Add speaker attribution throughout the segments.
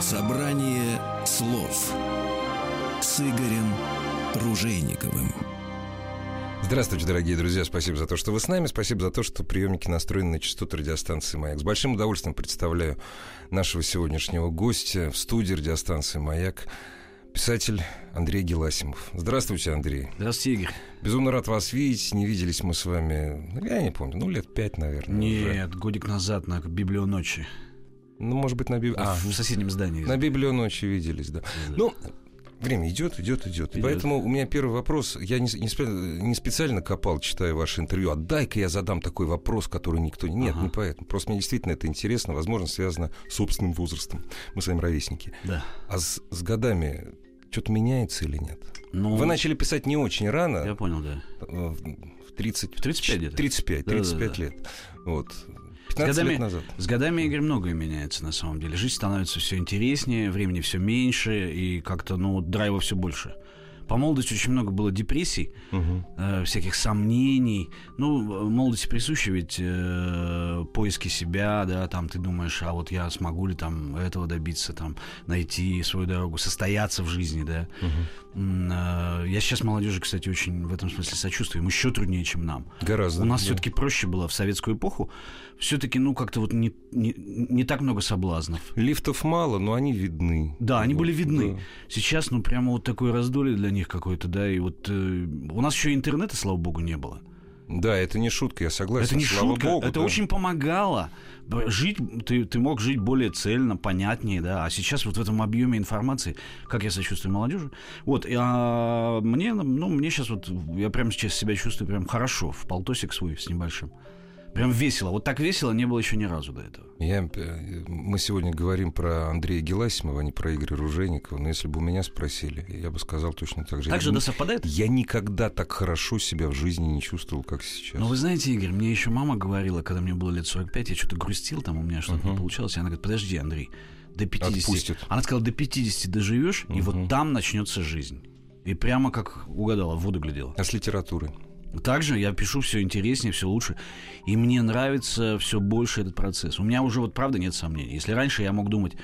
Speaker 1: Собрание слов с Игорем Ружейниковым.
Speaker 2: Здравствуйте, дорогие друзья. Спасибо за то, что вы с нами. Спасибо за то, что приемники настроены на частоту радиостанции «Маяк». С большим удовольствием представляю нашего сегодняшнего гостя в студии радиостанции «Маяк» писатель Андрей Геласимов. Здравствуйте, Андрей.
Speaker 3: Здравствуйте, Игорь.
Speaker 2: Безумно рад вас видеть. Не виделись мы с вами, ну, я не помню, ну, лет пять, наверное.
Speaker 3: Нет, годик назад на библионочи.
Speaker 2: Ну, может быть, на Библию...
Speaker 3: А, в соседнем здании.
Speaker 2: На Библионочи виделись, да. Ну, Время идет, идет, идет.
Speaker 3: Идет.
Speaker 2: Поэтому у меня первый вопрос. Я не, не, спе- не специально копал, читая ваше интервью. А дай-ка я задам такой вопрос, который никто... Нет,
Speaker 3: Ага.
Speaker 2: не поэтому. Просто мне действительно это интересно. Возможно, связано с собственным возрастом. Мы с вами ровесники.
Speaker 3: Да.
Speaker 2: А с, с годами что-то меняется или нет?
Speaker 3: Ну,
Speaker 2: Вы начали писать не очень рано.
Speaker 3: Я понял, да.
Speaker 2: э, В 30...
Speaker 3: В 35 где-то.
Speaker 2: 35, 35
Speaker 3: Да-да-да.
Speaker 2: лет. Вот. 15 лет
Speaker 3: годами-
Speaker 2: назад.
Speaker 3: С годами, Игорь, многое меняется на самом деле. Жизнь становится все интереснее, времени все меньше, и как-то, ну, вот драйва все больше. По молодости очень много было депрессий,
Speaker 2: Мгм.
Speaker 3: э, всяких сомнений. Ну, в молодости присущи ведь э, поиски себя, да, там ты думаешь, а вот я смогу ли там этого добиться, там, найти свою дорогу, состояться в жизни, да.
Speaker 2: Мгм.
Speaker 3: М, э, Я сейчас молодежи, кстати, очень в этом смысле сочувствую. Им еще труднее, чем нам.
Speaker 2: Гораздо.
Speaker 3: У нас
Speaker 2: да.
Speaker 3: все-таки проще было в советскую эпоху. Все-таки, ну, как-то вот не, не, не так много соблазнов.
Speaker 2: Лифтов мало, но они видны.
Speaker 3: Да, они
Speaker 2: Вот,
Speaker 3: были видны.
Speaker 2: да.
Speaker 3: Сейчас, ну, прямо вот такое раздолье для них какое-то, да. И вот э, у нас еще интернета, слава богу, не было.
Speaker 2: Да, это не шутка, я согласен.
Speaker 3: это не
Speaker 2: слава
Speaker 3: шутка,
Speaker 2: богу,
Speaker 3: это
Speaker 2: да.
Speaker 3: очень помогало. Б- Жить, ты, ты мог жить более цельно, понятнее, да. А сейчас вот в этом объеме информации, как я сочувствую молодежи. Вот, и, а, мне, ну, мне сейчас вот, я прямо сейчас себя чувствую прям хорошо, в полтосик свой с небольшим. Прям весело. Вот так весело не было еще ни разу до этого.
Speaker 2: Я, э, мы сегодня говорим про Андрея Геласимова, а не про Игоря Ружейникова. Но если бы у меня спросили, я бы сказал точно так же.
Speaker 3: Так же,
Speaker 2: я,
Speaker 3: да,
Speaker 2: ни-
Speaker 3: совпадает?
Speaker 2: я никогда так хорошо себя в жизни не чувствовал, как сейчас.
Speaker 3: Ну, вы знаете, Игорь, мне еще мама говорила, когда мне было лет 45, я что-то грустил, там у меня что-то не
Speaker 2: Мгм.
Speaker 3: получалось. И она говорит, подожди, Андрей, до 50...
Speaker 2: Отпустит.
Speaker 3: Она сказала, до 50 доживешь, и
Speaker 2: Мгм.
Speaker 3: вот там начнется жизнь. И прямо как угадала, в воду глядела.
Speaker 2: А с литературой?
Speaker 3: Также я пишу все интереснее, все лучше. И мне нравится все больше этот процесс. У меня уже вот правда нет сомнений. Если раньше я мог думать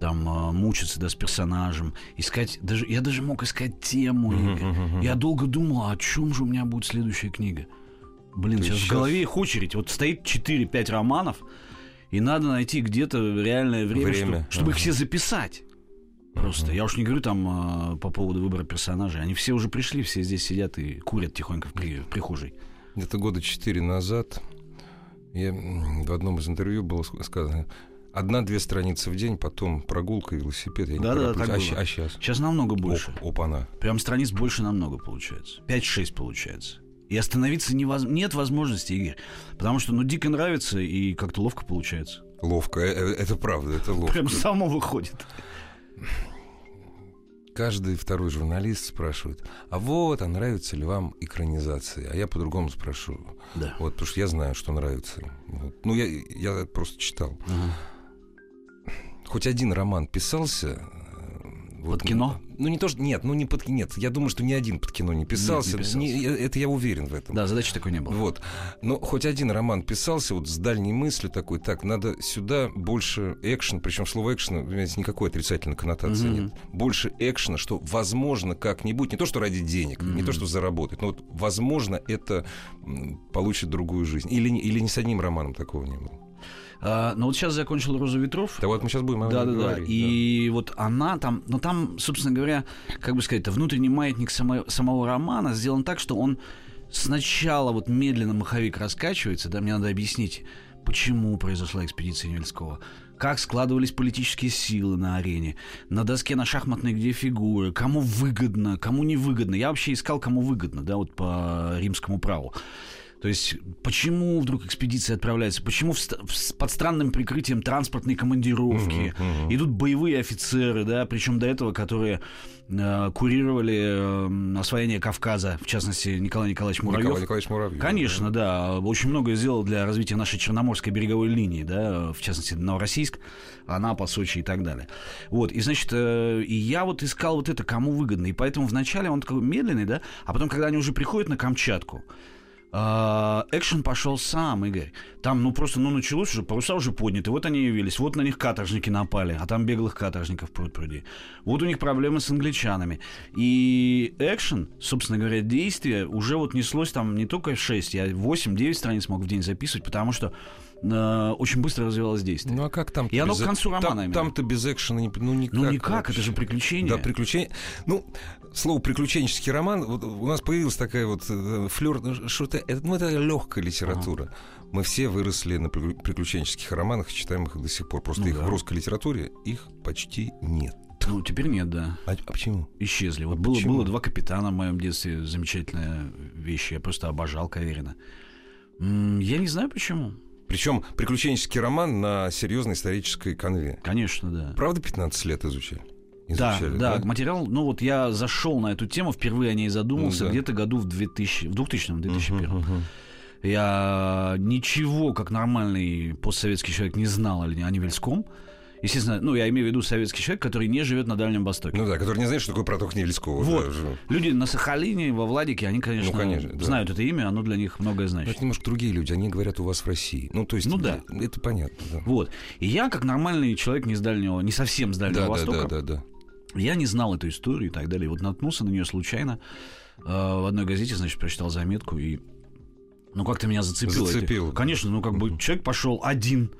Speaker 3: там э, мучиться да, с персонажем, искать, даже, я даже мог искать тему.
Speaker 2: Мгм,
Speaker 3: Игорь.
Speaker 2: мгм, мгм.
Speaker 3: Я долго думал, а о чем же у меня будет следующая книга. Блин,
Speaker 2: То
Speaker 3: сейчас
Speaker 2: есть
Speaker 3: в голове их очередь. Вот стоит 4-5 романов, и надо найти где-то реальное время,
Speaker 2: Время,
Speaker 3: чтоб- чтобы их
Speaker 2: ага.
Speaker 3: все записать. Просто. Я уж не говорю там э, по поводу выбора персонажей. Они все уже пришли, все здесь сидят и курят тихонько в, при- в прихожей.
Speaker 2: Где-то года четыре назад я, м, в одном из интервью было ск- сказано... Одна-две страницы в день, потом прогулка и велосипед. Я не
Speaker 3: Да-да-да,
Speaker 2: тороплюсь.
Speaker 3: так
Speaker 2: а,
Speaker 3: было.
Speaker 2: щ- а сейчас?
Speaker 3: Сейчас намного больше.
Speaker 2: Оп, она.
Speaker 3: Прям страниц больше намного получается. 5-6 получается. И остановиться невоз... нет возможности, Игорь. Потому что, ну, дико нравится и как-то ловко получается.
Speaker 2: Ловко. Э, э, Это правда, это ловко.
Speaker 3: Прям само выходит.
Speaker 2: Каждый второй журналист спрашивает, а вот, а нравятся ли вам экранизации? А я по-другому спрошу.
Speaker 3: Да.
Speaker 2: Вот, потому что я знаю, что нравится. Вот. Ну, я, я просто читал.
Speaker 3: Ага.
Speaker 2: Хоть один роман писался... э, вот,
Speaker 3: Под кино?
Speaker 2: Ну, не то, что... Нет, ну, не под... Нет, я думаю, что ни один под кино не писался.
Speaker 3: писался.
Speaker 2: Не- э, это я уверен в этом.
Speaker 3: Да, задачи такой не было.
Speaker 2: Вот. Но хоть один роман писался вот с дальней мыслью такой, так, надо сюда больше экшен, причем слово экшен, понимаете, никакой отрицательной коннотации
Speaker 3: Мгм.
Speaker 2: нет. Больше экшена, что возможно как-нибудь, не то, что ради денег, не то,
Speaker 3: Мгм.
Speaker 2: что заработать, но вот возможно это м, получит другую жизнь. Или, не- или ни с одним романом такого не было.
Speaker 3: А, но вот сейчас закончил «Розу ветров».
Speaker 2: Да вот мы сейчас будем об
Speaker 3: Да, да,
Speaker 2: этом
Speaker 3: да.
Speaker 2: говорить,
Speaker 3: И вот она там, но там, собственно говоря, как бы сказать, внутренний маятник само- самого романа сделан так, что он сначала вот медленно маховик раскачивается, да, мне надо объяснить, почему произошла экспедиция Невельского, как складывались политические силы на арене, на доске на шахматной где фигуры, кому выгодно, кому невыгодно. Я вообще искал, кому выгодно, да, вот по римскому праву. То есть, почему вдруг экспедиции отправляются? Почему в ст- в с- под странным прикрытием транспортной командировки
Speaker 2: Мгм, мгм.
Speaker 3: идут боевые офицеры, да, причем до этого, которые э, курировали э, освоение Кавказа, в частности, Николай Николаевич Муравьев.
Speaker 2: Николай Николаевич Муравьев.
Speaker 3: Конечно, да. Очень многое сделал для развития нашей черноморской береговой линии, да, в частности, Новороссийск, Анапа, Сочи и так далее. Вот, и значит, э, и я вот искал вот это, кому выгодно. И поэтому вначале он такой медленный, да, а потом, когда они уже приходят на Камчатку, а, Экшен пошел сам, Игорь. Там, ну просто, ну началось уже, паруса уже подняты. Вот они явились, вот на них каторжники напали, а там беглых каторжников пруд пруди. Вот у них проблемы с англичанами. И экшен, собственно говоря, действие уже вот неслось там не только 6, я 8-9 страниц мог в день записывать, потому что э, очень быстро развивалось действие.
Speaker 2: Ну а как там?
Speaker 3: И оно к концу романа именно.
Speaker 2: Там, то без экшена не, ну никак.
Speaker 3: ну никак,
Speaker 2: вообще.
Speaker 3: это же приключение.
Speaker 2: Да, приключения. Ну, слово приключенческий роман. Вот у нас появилась такая вот э, флёр. ну, Что это, это- ну, это легкая литература. Мы все выросли на приклю- приключенческих романах, и читаем их до сих пор. Просто
Speaker 3: Ну
Speaker 2: их
Speaker 3: да.
Speaker 2: в русской литературе их почти нет.
Speaker 3: Ну теперь нет, да.
Speaker 2: А, а почему?
Speaker 3: Исчезли.
Speaker 2: А
Speaker 3: Вот было,
Speaker 2: почему?
Speaker 3: было два капитана в моем детстве. Замечательная вещь. Я просто обожал Каверина. М, Я не знаю почему.
Speaker 2: Причем приключенческий роман на серьезной исторической конве.
Speaker 3: Конечно, да.
Speaker 2: Правда, 15 лет изучили?
Speaker 3: Да,
Speaker 2: Изучали,
Speaker 3: да, материал, ну вот я зашел на эту тему, впервые о ней задумался,
Speaker 2: Ну да.
Speaker 3: где-то году в 2000, в 2000 2001
Speaker 2: Мгм, мгм.
Speaker 3: Я ничего, как нормальный постсоветский человек, не знал о Лени- о Невельском. Естественно, ну, я имею в виду советский человек, который не живет на Дальнем Востоке.
Speaker 2: Ну да, который не знает, что такое проток Невельского.
Speaker 3: Вот.
Speaker 2: Да, же.
Speaker 3: Люди на Сахалине, во Владике, они, конечно,
Speaker 2: Ну, конечно, да.
Speaker 3: знают это имя, оно для них многое
Speaker 2: Но
Speaker 3: значит.
Speaker 2: это немножко другие люди, они говорят у вас в России. Ну, то есть,
Speaker 3: Ну да.
Speaker 2: это понятно. да.
Speaker 3: Вот. И я, как нормальный человек не с Дальнего, не совсем с Дальнего
Speaker 2: Да, да,
Speaker 3: Востока,
Speaker 2: да, да, да.
Speaker 3: Я не знал эту историю и так далее. И Вот наткнулся на нее случайно. Э, В одной газете, значит, прочитал заметку и... Ну, как-то меня зацепило.
Speaker 2: Зацепило.
Speaker 3: Эти- Конечно, ну, как бы
Speaker 2: Мгм.
Speaker 3: человек пошел один,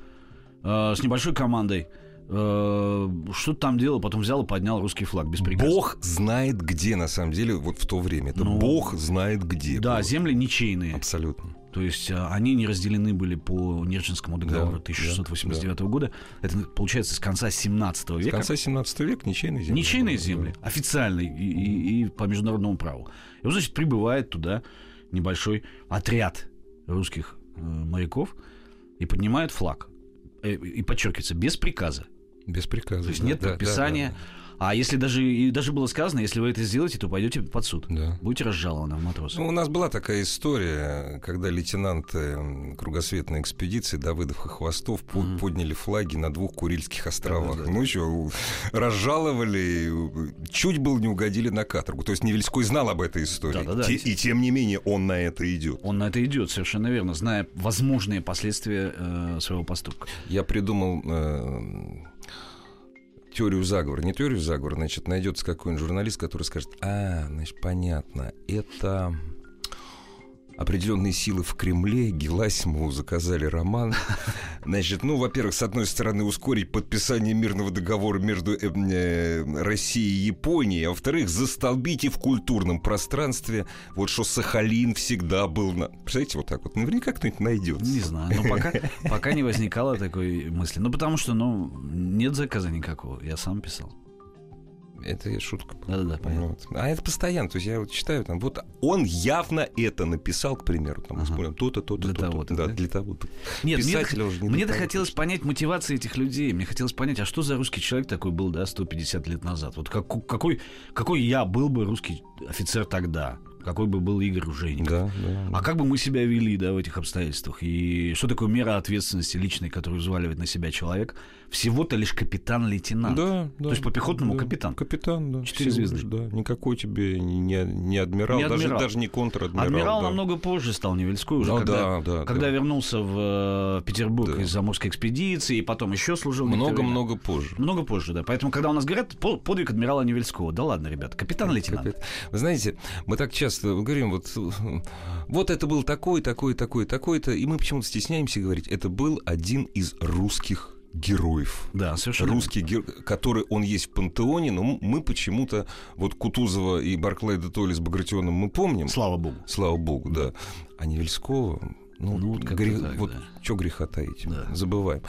Speaker 3: э, с небольшой командой. э, Что-то там делал, потом взял и поднял русский флаг без приказа.
Speaker 2: Бог знает где, на самом деле, вот в то время. Это
Speaker 3: Ну,
Speaker 2: Бог знает где.
Speaker 3: Да,
Speaker 2: было.
Speaker 3: земли ничейные.
Speaker 2: Абсолютно.
Speaker 3: То есть э, они не разделены были по Нерчинскому договору
Speaker 2: Да,
Speaker 3: 1689 года. Это получается с конца 17
Speaker 2: С
Speaker 3: века.
Speaker 2: конца 17 века ничейные земли.
Speaker 3: Ничейные
Speaker 2: Да.
Speaker 3: земли, официальные и, и- и по международному праву. И вот, значит, прибывает туда небольшой отряд русских э, моряков и поднимает флаг. Э, И подчеркивается, без приказа.
Speaker 2: Без приказа.
Speaker 3: То есть
Speaker 2: да,
Speaker 3: нет
Speaker 2: да,
Speaker 3: подписания. А если даже, и даже было сказано, если вы это сделаете, то пойдете под суд.
Speaker 2: Да. да, да.
Speaker 3: Будете разжалованы в матросах.
Speaker 2: Ну, у нас была такая история, когда лейтенанты м, кругосветной экспедиции Давыдов и Хвостов по-
Speaker 3: Мгм.
Speaker 2: подняли флаги на двух Курильских островах.
Speaker 3: Да-да-да.
Speaker 2: Ну, еще разжаловали, и, у, чуть был не угодили на каторгу. То есть Невельской знал об этой истории.
Speaker 3: Да-да-да,
Speaker 2: Те- и
Speaker 3: естественно.
Speaker 2: тем не менее он на это идет.
Speaker 3: Он на это идет, совершенно верно, зная возможные последствия э, своего поступка.
Speaker 2: Я придумал э, теорию заговора. Не теорию заговора, значит, найдется какой-нибудь журналист, который скажет, а, значит, понятно, это определенные силы в Кремле Геласимову заказали роман. Значит, ну, во-первых, с одной стороны, ускорить подписание мирного договора между э, м, э, Россией и Японией, а во-вторых, застолбите в культурном пространстве вот что Сахалин всегда был... На... Представляете, вот так вот. Наверняка кто-нибудь найдет.
Speaker 3: Не знаю, но пока, пока не возникало такой мысли. Ну, потому что, ну, нет заказа никакого. Я сам писал.
Speaker 2: Это я шутка.
Speaker 3: Да-да-да, понятно.
Speaker 2: Вот. А это постоянно. То есть я вот читаю там, вот он явно это написал, к примеру, там,
Speaker 3: Ага.
Speaker 2: вспомнил, то-то, то-то,
Speaker 3: Для
Speaker 2: то-то.
Speaker 3: того-то,
Speaker 2: да,
Speaker 3: да?
Speaker 2: для того-то.
Speaker 3: Нет, мне,
Speaker 2: Писателя уже не
Speaker 3: мне
Speaker 2: до
Speaker 3: да
Speaker 2: того.
Speaker 3: хотелось понять мотивации этих людей. Мне хотелось понять, а что за русский человек такой был, да, 150 лет назад? Вот как- какой, какой я был бы русский офицер тогда? Какой бы был Игорь Ружейников?
Speaker 2: Да, да.
Speaker 3: А как бы мы себя вели, да, в этих обстоятельствах? И что такое мера ответственности личной, которую взваливает на себя человек? Всего-то лишь капитан-лейтенант.
Speaker 2: Да, да,
Speaker 3: То есть по пехотному капитан.
Speaker 2: Капитан, да.
Speaker 3: Четыре
Speaker 2: всего
Speaker 3: звезды.
Speaker 2: лишь, да. Никакой тебе не, не адмирал,
Speaker 3: Не
Speaker 2: даже,
Speaker 3: адмирал.
Speaker 2: даже не контр-адмирал.
Speaker 3: Адмирал
Speaker 2: да.
Speaker 3: намного позже стал Невельской, уже
Speaker 2: Ну да,
Speaker 3: когда
Speaker 2: да,
Speaker 3: Когда
Speaker 2: да.
Speaker 3: вернулся в э, Петербург
Speaker 2: Да.
Speaker 3: из заморской экспедиции, и потом еще служил. некоторое время.
Speaker 2: Много-много позже.
Speaker 3: Много позже, да. Поэтому, когда у нас говорят, по- подвиг адмирала Невельского. Да ладно, ребят, капитан-лейтенант.
Speaker 2: Капит- Вы знаете, мы так часто говорим, вот, вот это был такой, такой, такой, такой-то, и мы почему-то стесняемся говорить, это был один из русских героев.
Speaker 3: Да, совершенно.
Speaker 2: Русский герой, который он есть в пантеоне, но м- мы почему-то, вот Кутузова и Барклай де Толли с Багратионом мы помним,
Speaker 3: верно. Слава богу.
Speaker 2: слава богу, да, а Невельского, ну,
Speaker 3: Ну, вот как-то
Speaker 2: грех-
Speaker 3: так,
Speaker 2: вот
Speaker 3: да.
Speaker 2: чё греха таить,
Speaker 3: Да.
Speaker 2: забываем.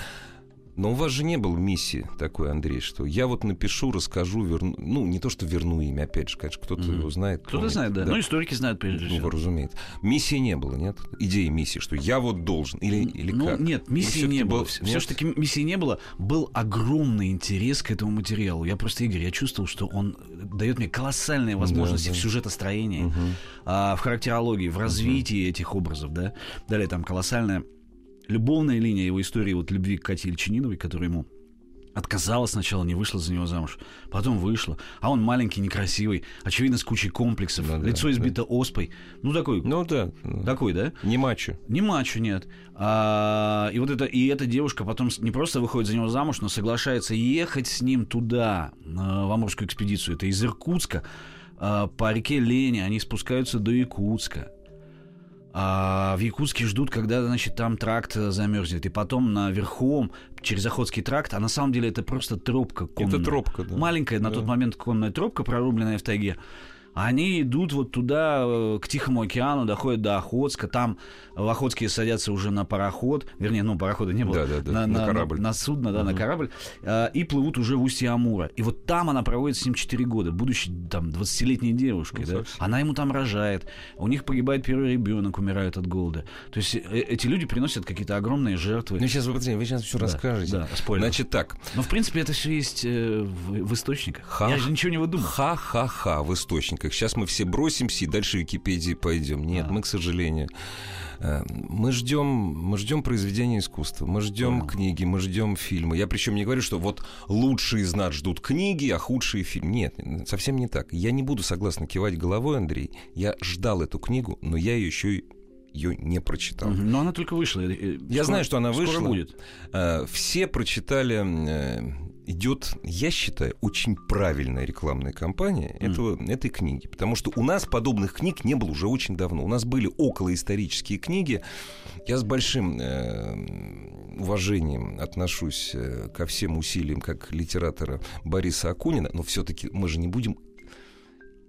Speaker 2: Но у вас же не было миссии такой, Андрей, что я вот напишу, расскажу, верну. Ну, не то, что верну имя, опять же, конечно, кто-то
Speaker 3: Мгм.
Speaker 2: его знает.
Speaker 3: Кто-то
Speaker 2: помнит.
Speaker 3: знает, да.
Speaker 2: Да.
Speaker 3: Ну, историки знают, прежде
Speaker 2: Ну,
Speaker 3: всего.
Speaker 2: разумеется. Миссии не было, нет? Идеи миссии, что я вот должен. Или, или
Speaker 3: ну,
Speaker 2: как?
Speaker 3: нет,
Speaker 2: Вы
Speaker 3: миссии
Speaker 2: всё-таки
Speaker 3: не
Speaker 2: был-
Speaker 3: было. Все-таки миссии не было. Был огромный интерес к этому материалу. Я просто, Игорь, я чувствовал, что он дает мне колоссальные возможности
Speaker 2: да.
Speaker 3: в сюжетостроении,
Speaker 2: Мгм.
Speaker 3: а, в характерологии, в развитии этих образов, да. Далее там колоссальная любовная линия его истории вот любви к Кате Ильчининовой, которая ему отказала сначала, не вышла за него замуж, потом вышла, а он маленький, некрасивый, очевидно, с кучей комплексов,
Speaker 2: Да-да,
Speaker 3: лицо избито оспой, ну такой,
Speaker 2: Ну да, ну,
Speaker 3: такой, да?
Speaker 2: не мачо.
Speaker 3: Ни мачо нет. А, и вот это, и эта девушка потом с- не просто выходит за него замуж, но соглашается ехать с ним туда, э, в Амурскую экспедицию. Это из Иркутска. а, по реке Лени они спускаются до Якутска. А в Якутске ждут, когда, значит, там тракт э, замерзнет. И потом на верхом через Охотский тракт, а на самом деле это просто тропка
Speaker 2: Это
Speaker 3: конная.
Speaker 2: тропка, да.
Speaker 3: Маленькая на
Speaker 2: Да.
Speaker 3: тот момент конная тропка, прорубленная в тайге. Они идут вот туда, э, к Тихому океану, доходят до Охотска. Там в Охотске садятся уже на пароход. Вернее, ну, парохода не было.
Speaker 2: Да-да-да, на корабль.
Speaker 3: На судно, да, на
Speaker 2: Мгм.
Speaker 3: корабль. э, И плывут уже в устье Амура. И вот там она проводит с ним 4 года, будучи там 20-летней девушкой.
Speaker 2: Ну,
Speaker 3: да.
Speaker 2: совсем.
Speaker 3: Она ему там рожает. У них погибает первый ребенок, умирает от голода. То есть э, эти люди приносят какие-то огромные жертвы.
Speaker 2: Ну сейчас вы, подождите, вы сейчас все
Speaker 3: Да,
Speaker 2: расскажете.
Speaker 3: Да, спойлер.
Speaker 2: Значит так,
Speaker 3: Но, в принципе, это все есть э, в, в источниках.
Speaker 2: Ха-
Speaker 3: Я же ничего не выдумал.
Speaker 2: ха-ха-ха в источниках. Сейчас мы все бросимся и дальше в Википедии пойдем. Нет,
Speaker 3: А.
Speaker 2: мы, к сожалению, э, мы ждем, мы ждем произведения искусства, мы ждем
Speaker 3: Понял.
Speaker 2: книги, мы ждем фильмы. Я причем не говорю, что вот лучшие из нас ждут книги, а худшие фильмы. Нет, совсем не так. Я не буду согласно кивать головой, Андрей. Я ждал эту книгу, но я еще ее не прочитал.
Speaker 3: Мгм. Но она только вышла. э, э,
Speaker 2: Я
Speaker 3: скоро-
Speaker 2: знаю, что она вышла.
Speaker 3: Скоро будет.
Speaker 2: Э, Все прочитали, э, идет, я считаю, очень правильная рекламная кампания
Speaker 3: Мгм.
Speaker 2: этого, этой книги. Потому что у нас подобных книг не было уже очень давно. У нас были околоисторические книги. Я с большим э, уважением отношусь э, ко всем усилиям как литератора Бориса Акунина, но все-таки мы же не будем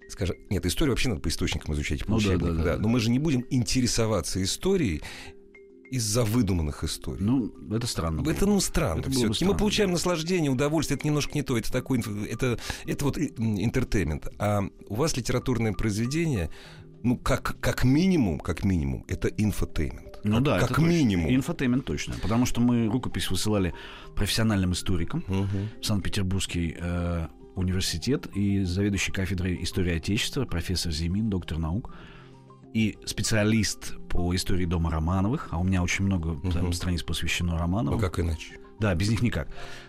Speaker 2: скажем, нет, историю вообще надо по источникам изучать, по
Speaker 3: Ну да,
Speaker 2: учебникам,
Speaker 3: да, да,
Speaker 2: да.
Speaker 3: да.
Speaker 2: Но мы же не будем интересоваться историей из-за выдуманных историй.
Speaker 3: Ну, это странно.
Speaker 2: Это
Speaker 3: было.
Speaker 2: ну странно.
Speaker 3: Это было бы
Speaker 2: всё-таки.
Speaker 3: странно,
Speaker 2: Мы получаем наслаждение, удовольствие. Это немножко не то. Это такой, инф- это это вот э, м, интертеймент. А у вас литературное произведение, ну как как минимум, как минимум, это инфотеймент.
Speaker 3: Ну да,
Speaker 2: как
Speaker 3: это точно.
Speaker 2: минимум.
Speaker 3: Инфотеймент точно. Потому что мы рукопись высылали профессиональным историкам
Speaker 2: Мгм.
Speaker 3: в Санкт-Петербургский э, университет и заведующий кафедрой истории Отечества, профессор Зимин, доктор наук, и специалист по истории дома Романовых, а у меня очень много там,
Speaker 2: Мгм.
Speaker 3: страниц посвящено
Speaker 2: Ну
Speaker 3: Романовым.
Speaker 2: как иначе?
Speaker 3: Да, без них никак.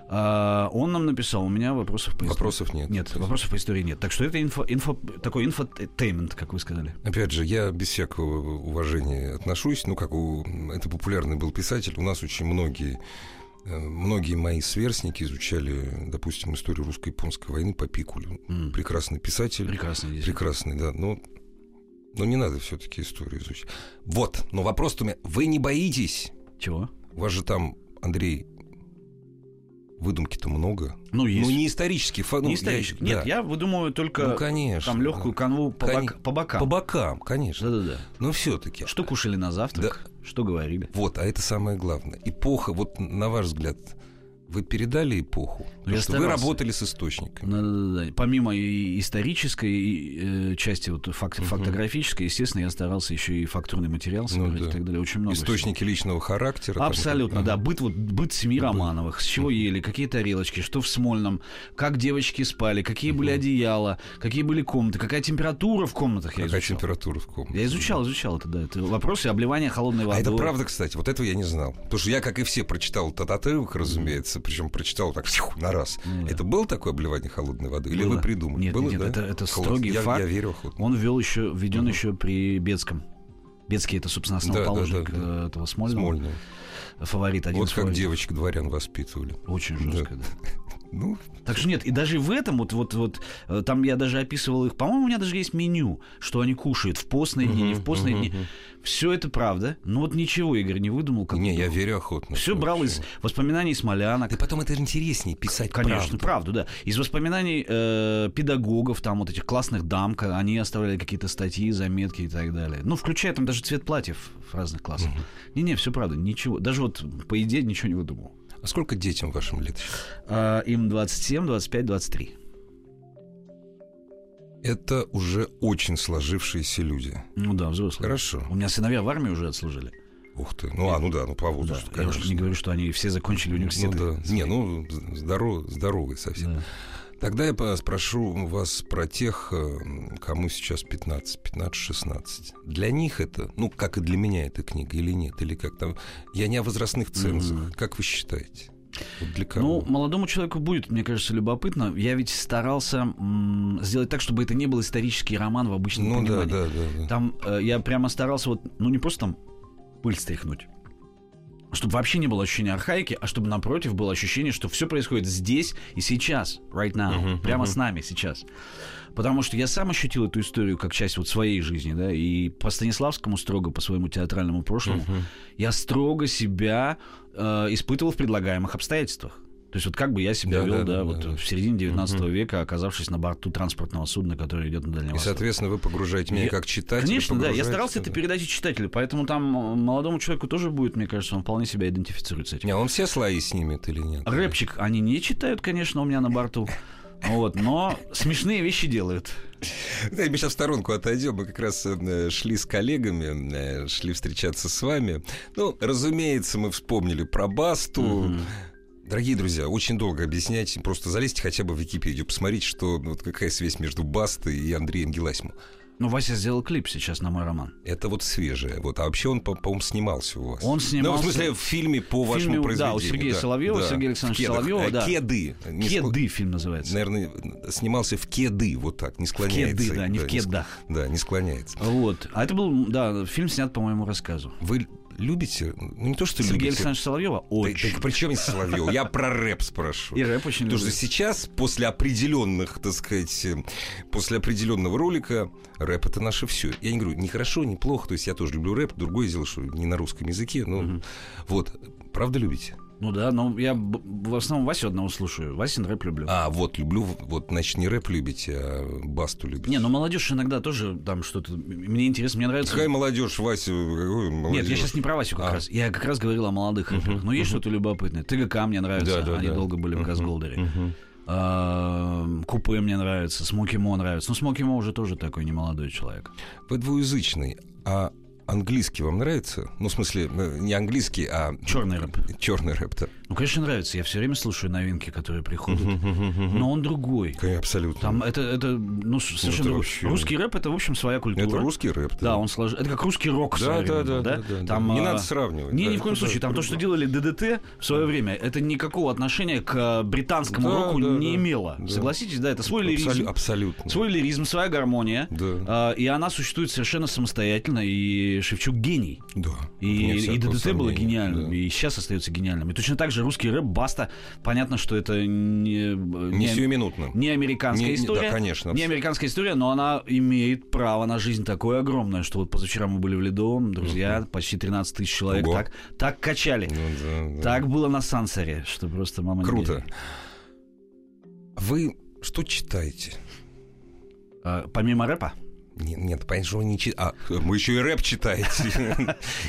Speaker 3: А, он нам написал, у меня вопросов по истории.
Speaker 2: Вопросов нет.
Speaker 3: Нет,
Speaker 2: То есть,
Speaker 3: вопросов по истории нет. Так что это инфо, инфо, такой инфотеймент, как вы сказали.
Speaker 2: Опять же, я без всякого уважения отношусь. Ну как у это популярный был писатель. У нас очень многие э, Многие мои сверстники изучали, допустим, историю русско-японской войны по Пикулю.
Speaker 3: М,
Speaker 2: Прекрасный писатель.
Speaker 3: Прекрасно здесь.
Speaker 2: Прекрасный, да. Но, но не надо все-таки историю изучить. Вот, но вопрос у меня. Вы не боитесь?
Speaker 3: Чего?
Speaker 2: У вас же там, Андрей, выдумки-то много.
Speaker 3: Ну, есть.
Speaker 2: Ну, не исторический фа- ну,
Speaker 3: Не исторически.
Speaker 2: я-
Speaker 3: Нет,
Speaker 2: да.
Speaker 3: я выдумываю только
Speaker 2: Ну, конечно.
Speaker 3: там легкую канву по,
Speaker 2: Кон-
Speaker 3: бок- по бокам.
Speaker 2: По бокам, конечно.
Speaker 3: Да-да-да.
Speaker 2: Но все-таки.
Speaker 3: Что кушали на завтрак, что говорили.
Speaker 2: Вот, а это самое главное. Эпоха, вот на ваш взгляд, вы передали эпоху? Потому
Speaker 3: я
Speaker 2: что вы
Speaker 3: старался.
Speaker 2: работали с источниками.
Speaker 3: Да-да-да. Помимо и исторической и, э, части, вот факт,
Speaker 2: Мгм. Ну
Speaker 3: фактографической, естественно, я старался еще и фактурный материал собирать
Speaker 2: да.
Speaker 3: и так далее. Очень много. всего.
Speaker 2: Источники личного характера. там,
Speaker 3: Абсолютно,
Speaker 2: вот это.
Speaker 3: да. Быт, вот, быт семьи
Speaker 2: Быт.
Speaker 3: Романовых. С чего
Speaker 2: Мгм.
Speaker 3: ели, какие тарелочки, что в Смольном, как девочки спали, какие были
Speaker 2: Мгм.
Speaker 3: одеяла, какие были комнаты, какая температура в комнатах я
Speaker 2: Какая
Speaker 3: изучал.
Speaker 2: температура в комнате.
Speaker 3: Я изучал, изучал это, да. Это вопросы обливания холодной
Speaker 2: А
Speaker 3: водой.
Speaker 2: это правда, кстати, вот этого я не знал. Потому что я, как и все, прочитал этот отрывок, разумеется, причем прочитал так псих, на раз.
Speaker 3: Ну да.
Speaker 2: Это было такое обливание холодной водой? Или
Speaker 3: Было.
Speaker 2: вы придумали?
Speaker 3: Нет,
Speaker 2: было,
Speaker 3: нет,
Speaker 2: да?
Speaker 3: это- это
Speaker 2: Класс.
Speaker 3: строгий
Speaker 2: я,
Speaker 3: факт.
Speaker 2: Я верю охотно.
Speaker 3: Он ввел еще, введен
Speaker 2: Мгм.
Speaker 3: еще при Бецком. Бецкий это, собственно,
Speaker 2: Да, да, да,
Speaker 3: основоположник
Speaker 2: да.
Speaker 3: э, этого Смольного.
Speaker 2: Смольного.
Speaker 3: Фаворит, один
Speaker 2: Вот
Speaker 3: из
Speaker 2: как
Speaker 3: фаворитов.
Speaker 2: девочек дворян воспитывали.
Speaker 3: Очень
Speaker 2: Да.
Speaker 3: жестко, да.
Speaker 2: Ну,
Speaker 3: Так что нет, и даже в этом вот, вот, вот, э, там я даже описывал их, по-моему, у меня даже есть меню, что они кушают в постные дни, не в
Speaker 2: мгм,
Speaker 3: постные
Speaker 2: мгм,
Speaker 3: дни.
Speaker 2: мгм.
Speaker 3: Все это правда, но вот ничего Игорь не выдумал. Как
Speaker 2: Не, я верю охотно.
Speaker 3: Все брал из воспоминаний Смолянок.
Speaker 2: Да потом это же интереснее писать
Speaker 3: Конечно,
Speaker 2: правду.
Speaker 3: правду, да. Из воспоминаний э, педагогов, там вот этих классных дам, ка- они оставляли какие-то статьи, заметки и так далее. Ну, включая там даже цвет платьев в разных классах. Не-не, все правда, ничего. Даже вот по идее ничего не выдумал.
Speaker 2: А сколько детям вашим лет?
Speaker 3: А, им 27, 25, 23.
Speaker 2: Это уже очень сложившиеся люди.
Speaker 3: Ну да, взрослые.
Speaker 2: Хорошо.
Speaker 3: У меня сыновья в армии уже отслужили.
Speaker 2: Ух ты. Ну, а, ну да, ну по возрасту,
Speaker 3: Да, Я уж не говорю, что они все закончили университет.
Speaker 2: Ну, да. Не, ну, здоров, здоровый совсем.
Speaker 3: Да.
Speaker 2: Тогда я по- спрошу вас про тех, э, кому сейчас 15, 15-16. Для них это, ну, как и для меня эта книга, или нет, или как там. Я не о возрастных цензах.
Speaker 3: Мгм.
Speaker 2: Как вы считаете? Вот для
Speaker 3: Ну,
Speaker 2: кого?
Speaker 3: молодому человеку будет, мне кажется, любопытно. Я ведь старался м, сделать так, чтобы это не был исторический роман в обычном
Speaker 2: Ну, да,
Speaker 3: понимании.
Speaker 2: да, да, да.
Speaker 3: Там э, я прямо старался вот, ну не просто там пыль стряхнуть, чтобы вообще не было ощущения архаики, а чтобы напротив было ощущение, что все происходит здесь и сейчас, right now,
Speaker 2: Мгм,
Speaker 3: прямо
Speaker 2: мгм.
Speaker 3: с нами сейчас. Потому что я сам ощутил эту историю как часть вот своей жизни, да, и по Станиславскому строго, по своему театральному прошлому,
Speaker 2: Мгм.
Speaker 3: я строго себя э, испытывал в предлагаемых обстоятельствах. То есть вот как бы я себя
Speaker 2: Да,
Speaker 3: вел,
Speaker 2: да,
Speaker 3: да,
Speaker 2: да,
Speaker 3: вот
Speaker 2: да.
Speaker 3: в середине 19 века, оказавшись на борту транспортного судна, которое идет на Дальний
Speaker 2: И,
Speaker 3: Восток.
Speaker 2: соответственно, вы погружаете меня
Speaker 3: Я-
Speaker 2: как читатель.
Speaker 3: Конечно, да. Я
Speaker 2: погружаете
Speaker 3: старался это
Speaker 2: туда.
Speaker 3: передать и читателю, поэтому там э, молодому человеку тоже будет, мне кажется, он вполне себя идентифицирует с этим.
Speaker 2: Не, а он все слои снимет или нет?
Speaker 3: Рэпчик они не читают, конечно, у меня на борту. Вот, но смешные вещи делают.
Speaker 2: Да, мы сейчас в сторонку отойдем. Мы как раз э, шли с коллегами, э, шли встречаться с вами. Ну, разумеется, мы вспомнили про Басту.
Speaker 3: Мгм.
Speaker 2: Дорогие друзья, очень долго объяснять, просто залезьте хотя бы в Википедию, посмотрите, что ну, вот какая связь между Бастой и Андреем Геласимом.
Speaker 3: Ну, Вася сделал клип сейчас на мой роман.
Speaker 2: Это вот свежее. Вот, а вообще он, по- по-моему, снимался у вас. Ну,
Speaker 3: Он
Speaker 2: в
Speaker 3: снимался-
Speaker 2: смысле, в фильме по
Speaker 3: В
Speaker 2: вашему
Speaker 3: фильме, да,
Speaker 2: произведению.
Speaker 3: у Сергея Соловьева, Сергея
Speaker 2: В
Speaker 3: Александровича
Speaker 2: кедах.
Speaker 3: Соловьева,
Speaker 2: Э,
Speaker 3: да.
Speaker 2: Кеды. Не ск-
Speaker 3: Кеды фильм называется.
Speaker 2: Наверное, снимался в кеды, вот так, не
Speaker 3: В
Speaker 2: склоняется.
Speaker 3: Кеды, да, не в
Speaker 2: ск-
Speaker 3: кедах.
Speaker 2: Да, не склоняется.
Speaker 3: Вот. А это был, да, фильм снят по моему рассказу.
Speaker 2: Вы любите, ну не то, что
Speaker 3: Сергея
Speaker 2: любите.
Speaker 3: Александровича Соловьева очень.
Speaker 2: Причем не Соловьев? Я про рэп спрошу.
Speaker 3: И рэп очень
Speaker 2: Потому что
Speaker 3: любит.
Speaker 2: сейчас, после определенных, так сказать, э, после определенного ролика, рэп это наше все. Я не говорю, не хорошо, не плохо, то есть я тоже люблю рэп, другое дело, что не на русском языке, но
Speaker 3: Мгм.
Speaker 2: вот, правда любите?
Speaker 3: Ну да, но я б- в основном Васю одного слушаю. Васин рэп люблю.
Speaker 2: А, вот, люблю, вот, значит, не рэп любите, а басту любите.
Speaker 3: Не, ну молодежь иногда тоже там что-то. Мне интересно, мне нравится.
Speaker 2: Какая молодежь, Вася, какой молодежь?
Speaker 3: Нет, я сейчас не про Васю как
Speaker 2: А.
Speaker 3: раз. Я как раз говорил о молодых рэперах. Но есть что-то любопытное. ТГК мне нравится.
Speaker 2: Да, да,
Speaker 3: Они
Speaker 2: да.
Speaker 3: долго были в
Speaker 2: Мгм,
Speaker 3: Газголдере.
Speaker 2: Мгм.
Speaker 3: Эм, Купе мне нравится. Смоки Мо нравится. Ну, Смоки Мо уже тоже такой немолодой человек.
Speaker 2: Вы двуязычный, а английский вам нравится? Ну, в смысле, э, не английский, а...
Speaker 3: Черный рэп.
Speaker 2: Черный рэп-то.
Speaker 3: Ну, конечно, нравится. Я все время слушаю новинки, которые приходят.
Speaker 2: Ну,
Speaker 3: Но он другой. Там это, это ну, с- совершенно
Speaker 2: это
Speaker 3: другой.
Speaker 2: вообще-
Speaker 3: Русский рэп это, в общем, своя культура.
Speaker 2: Это русский рэп.
Speaker 3: Да, он сложен. Это как русский рок
Speaker 2: Да, да, да,
Speaker 3: современный,
Speaker 2: да, да, да.
Speaker 3: Там,
Speaker 2: не
Speaker 3: а,
Speaker 2: надо сравнивать.
Speaker 3: Не,
Speaker 2: да,
Speaker 3: ни в коем
Speaker 2: это
Speaker 3: случае. Там то, что делали ДДТ в свое время, это никакого отношения к э, британскому
Speaker 2: Да,
Speaker 3: року
Speaker 2: да,
Speaker 3: не
Speaker 2: да.
Speaker 3: имело.
Speaker 2: Да.
Speaker 3: Согласитесь, да, это свой
Speaker 2: Абсолю-
Speaker 3: лиризм.
Speaker 2: абсолютно.
Speaker 3: Свой лиризм, своя гармония.
Speaker 2: Да.
Speaker 3: э, И она существует совершенно самостоятельно, и Шевчук гений.
Speaker 2: да. Вне
Speaker 3: И, и
Speaker 2: всякого
Speaker 3: ДДТ было
Speaker 2: сомнения,
Speaker 3: гениальным,
Speaker 2: да.
Speaker 3: и сейчас остается гениальным. И точно так же русский рэп Баста, понятно, что это не, э,
Speaker 2: Не
Speaker 3: не,
Speaker 2: сиюминутно.
Speaker 3: не американская
Speaker 2: Не- не- да,
Speaker 3: история.
Speaker 2: конечно,
Speaker 3: Не
Speaker 2: абсолютно.
Speaker 3: американская история, но она имеет право на жизнь такое огромное, что вот позавчера мы были в Ледовом, друзья, почти 13 тысяч человек
Speaker 2: Ого.
Speaker 3: так, так качали.
Speaker 2: Ну, да, да.
Speaker 3: Так было на Сансаре, что просто мама не
Speaker 2: Круто.
Speaker 3: верит.
Speaker 2: Вы что читаете?
Speaker 3: А, помимо рэпа,
Speaker 2: Не- Нет, понятно, что вы не читаете. А, мы еще и рэп читаете.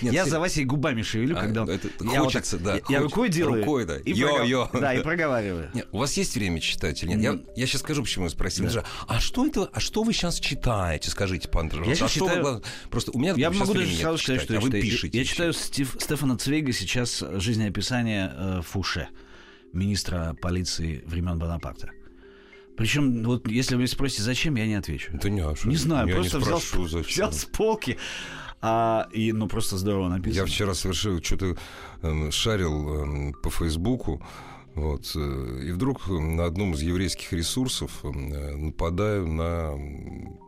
Speaker 2: Нет,
Speaker 3: я
Speaker 2: все-
Speaker 3: за Васей губами шевелю,
Speaker 2: А,
Speaker 3: когда он-
Speaker 2: это
Speaker 3: я вот
Speaker 2: хочется,
Speaker 3: так-
Speaker 2: да,
Speaker 3: я- Я,
Speaker 2: хочется.
Speaker 3: рукой делаю.
Speaker 2: Рукой, да.
Speaker 3: И
Speaker 2: Йо,
Speaker 3: прогов-
Speaker 2: йо.
Speaker 3: Да, и проговариваю.
Speaker 2: Нет, у вас есть время читать или нет? Я, я сейчас скажу, почему я спросил. Даже, а что это? А что вы сейчас читаете? Скажите, пан Дрожжов,
Speaker 3: Я
Speaker 2: а
Speaker 3: щас
Speaker 2: что вы
Speaker 3: читаю-
Speaker 2: глав- Просто у меня
Speaker 3: Я
Speaker 2: щас
Speaker 3: могу даже
Speaker 2: времени нет
Speaker 3: сразу сказать,
Speaker 2: читать,
Speaker 3: что
Speaker 2: а
Speaker 3: я
Speaker 2: вы
Speaker 3: читаю.
Speaker 2: пишете.
Speaker 3: Я
Speaker 2: еще.
Speaker 3: читаю Стив- Стефана Цвейга сейчас э, жизнеописание э, Фуше, министра полиции времен Бонапарта. Причем, вот если вы спросите, зачем, я не отвечу.
Speaker 2: Да не, а что
Speaker 3: Не
Speaker 2: ты?
Speaker 3: знаю,
Speaker 2: Я
Speaker 3: просто
Speaker 2: не
Speaker 3: взял,
Speaker 2: спрошу, зачем.
Speaker 3: взял с полки. а, и, ну, просто здорово написано.
Speaker 2: Я вчера совершил что-то эм, шарил эм, по Фейсбуку. Вот, э, и вдруг э, на одном из еврейских ресурсов эм, э, нападаю на м,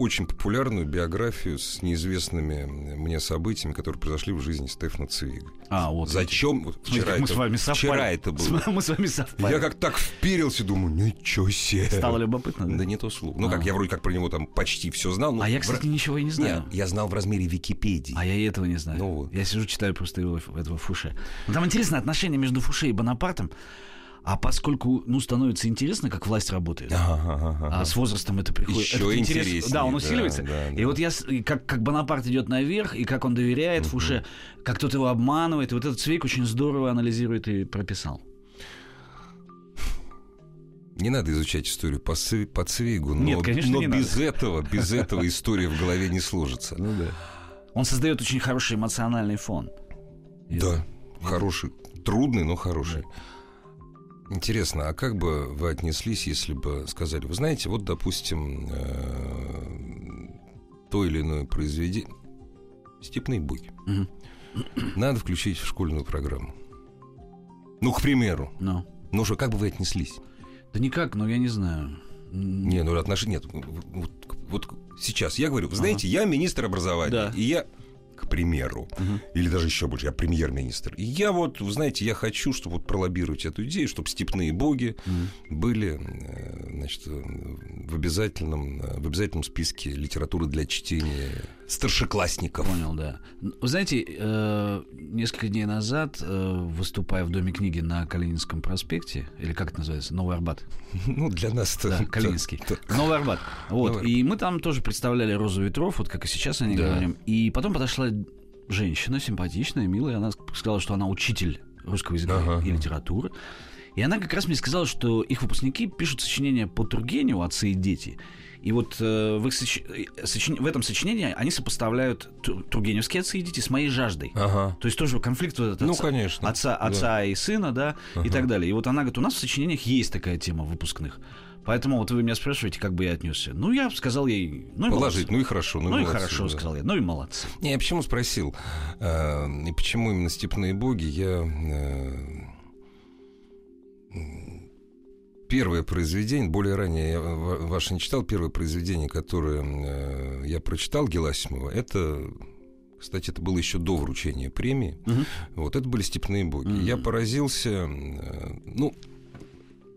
Speaker 2: очень популярную биографию с неизвестными мне событиями, которые произошли в жизни Стефана Цвига.
Speaker 3: А, вот.
Speaker 2: Зачем? Вот
Speaker 3: Смотрите,
Speaker 2: вчера,
Speaker 3: как мы
Speaker 2: это,
Speaker 3: с вами совпали.
Speaker 2: вчера это было.
Speaker 3: Мы с вами совпали.
Speaker 2: Я как так вперился, думаю, ничего себе.
Speaker 3: Стало любопытно? да?
Speaker 2: Да не то слово. Ну как,
Speaker 3: А.
Speaker 2: я вроде как про него там почти все знал. но
Speaker 3: а я,
Speaker 2: в-
Speaker 3: кстати, ничего и не
Speaker 2: Не,
Speaker 3: знаю.
Speaker 2: я знал в размере Википедии.
Speaker 3: А я и этого не знаю.
Speaker 2: Ну вот.
Speaker 3: Ну, Я сижу, читаю просто его, этого Фуше. Но там интересно отношение между Фуше и Бонапартом. А поскольку, ну, становится интересно, как власть работает.
Speaker 2: Ага, ага, ага.
Speaker 3: А с возрастом это приходит.
Speaker 2: Ещё
Speaker 3: этот интерес,
Speaker 2: интереснее,
Speaker 3: Да, он
Speaker 2: да,
Speaker 3: усиливается.
Speaker 2: да,
Speaker 3: И
Speaker 2: да.
Speaker 3: вот я, с- и как, как Бонапарт идет наверх, и как он доверяет Фуше, как кто-то его обманывает. И вот этот Цвейк очень здорово анализирует и прописал.
Speaker 2: Не надо изучать историю по, Цви- по Цвигу, но,
Speaker 3: Нет, конечно,
Speaker 2: но
Speaker 3: не
Speaker 2: без этого, без этого история в голове не сложится.
Speaker 3: Ну Он создает очень хороший эмоциональный фон.
Speaker 2: Да, хороший, трудный, но хороший. Интересно, а как бы вы отнеслись, если бы сказали, вы знаете, вот, допустим, э, то или иное произведение, «Степные боги»,
Speaker 3: Мгм.
Speaker 2: надо включить в школьную программу. Ну, к примеру.
Speaker 3: Ну.
Speaker 2: Ну что, как бы вы отнеслись?
Speaker 3: Да никак, ну я не знаю. М,
Speaker 2: Не, ну отношения нет. Вот, вот сейчас я говорю, вы знаете, я министр образования,
Speaker 3: Да.
Speaker 2: и я, к примеру, или даже еще больше, я премьер-министр. И я вот, вы знаете, я хочу, чтобы вот пролоббировать эту идею, чтобы степные боги были, э, значит, э, в обязательном, э, в обязательном списке литературы для чтения старшеклассников.
Speaker 3: Понял, да. Н- Вы знаете, э, несколько дней назад, э, выступая в Доме книги на Калининском проспекте, или как это называется, Новый Арбат,
Speaker 2: Ну, для нас это...
Speaker 3: Да, Калининский. Новый Арбат. Вот.
Speaker 2: Новый
Speaker 3: И мы там тоже представляли «Розу ветров», вот как и сейчас они
Speaker 2: Да.
Speaker 3: говорим. И потом подошла женщина симпатичная, милая, она сказала, что она учитель русского языка
Speaker 2: Ага.
Speaker 3: и литературы. И она как раз мне сказала, что их выпускники пишут сочинения по Тургеневу «Отцы и дети». И вот э, в, их соч- э, сочин- в этом сочинении они сопоставляют Ту- тургеневские «Отцы и дети» с «Моей жаждой».
Speaker 2: Ага.
Speaker 3: То есть тоже конфликт вот этот
Speaker 2: А. Ну,
Speaker 3: отца-
Speaker 2: конечно.
Speaker 3: отца, отца и сына, да, и так далее. И вот она говорит, у нас в сочинениях есть такая тема выпускных. Поэтому вот вы меня спрашиваете, как бы я отнесся. Ну, я сказал ей, ну и
Speaker 2: Положить,
Speaker 3: молодцы.
Speaker 2: ну и хорошо.
Speaker 3: Ну, и
Speaker 2: молодцы,
Speaker 3: хорошо,
Speaker 2: да.
Speaker 3: сказал я, ну и молодцы.
Speaker 2: Не, я почему спросил, э, и почему именно степные боги, я... э, м, Первое произведение, более ранее я ва- ваше не читал, первое произведение, которое э, я прочитал Геласимова, это, кстати, это было еще до вручения премии,
Speaker 3: Мгм.
Speaker 2: вот это были степные боги.
Speaker 3: Мгм.
Speaker 2: Я поразился, э, ну,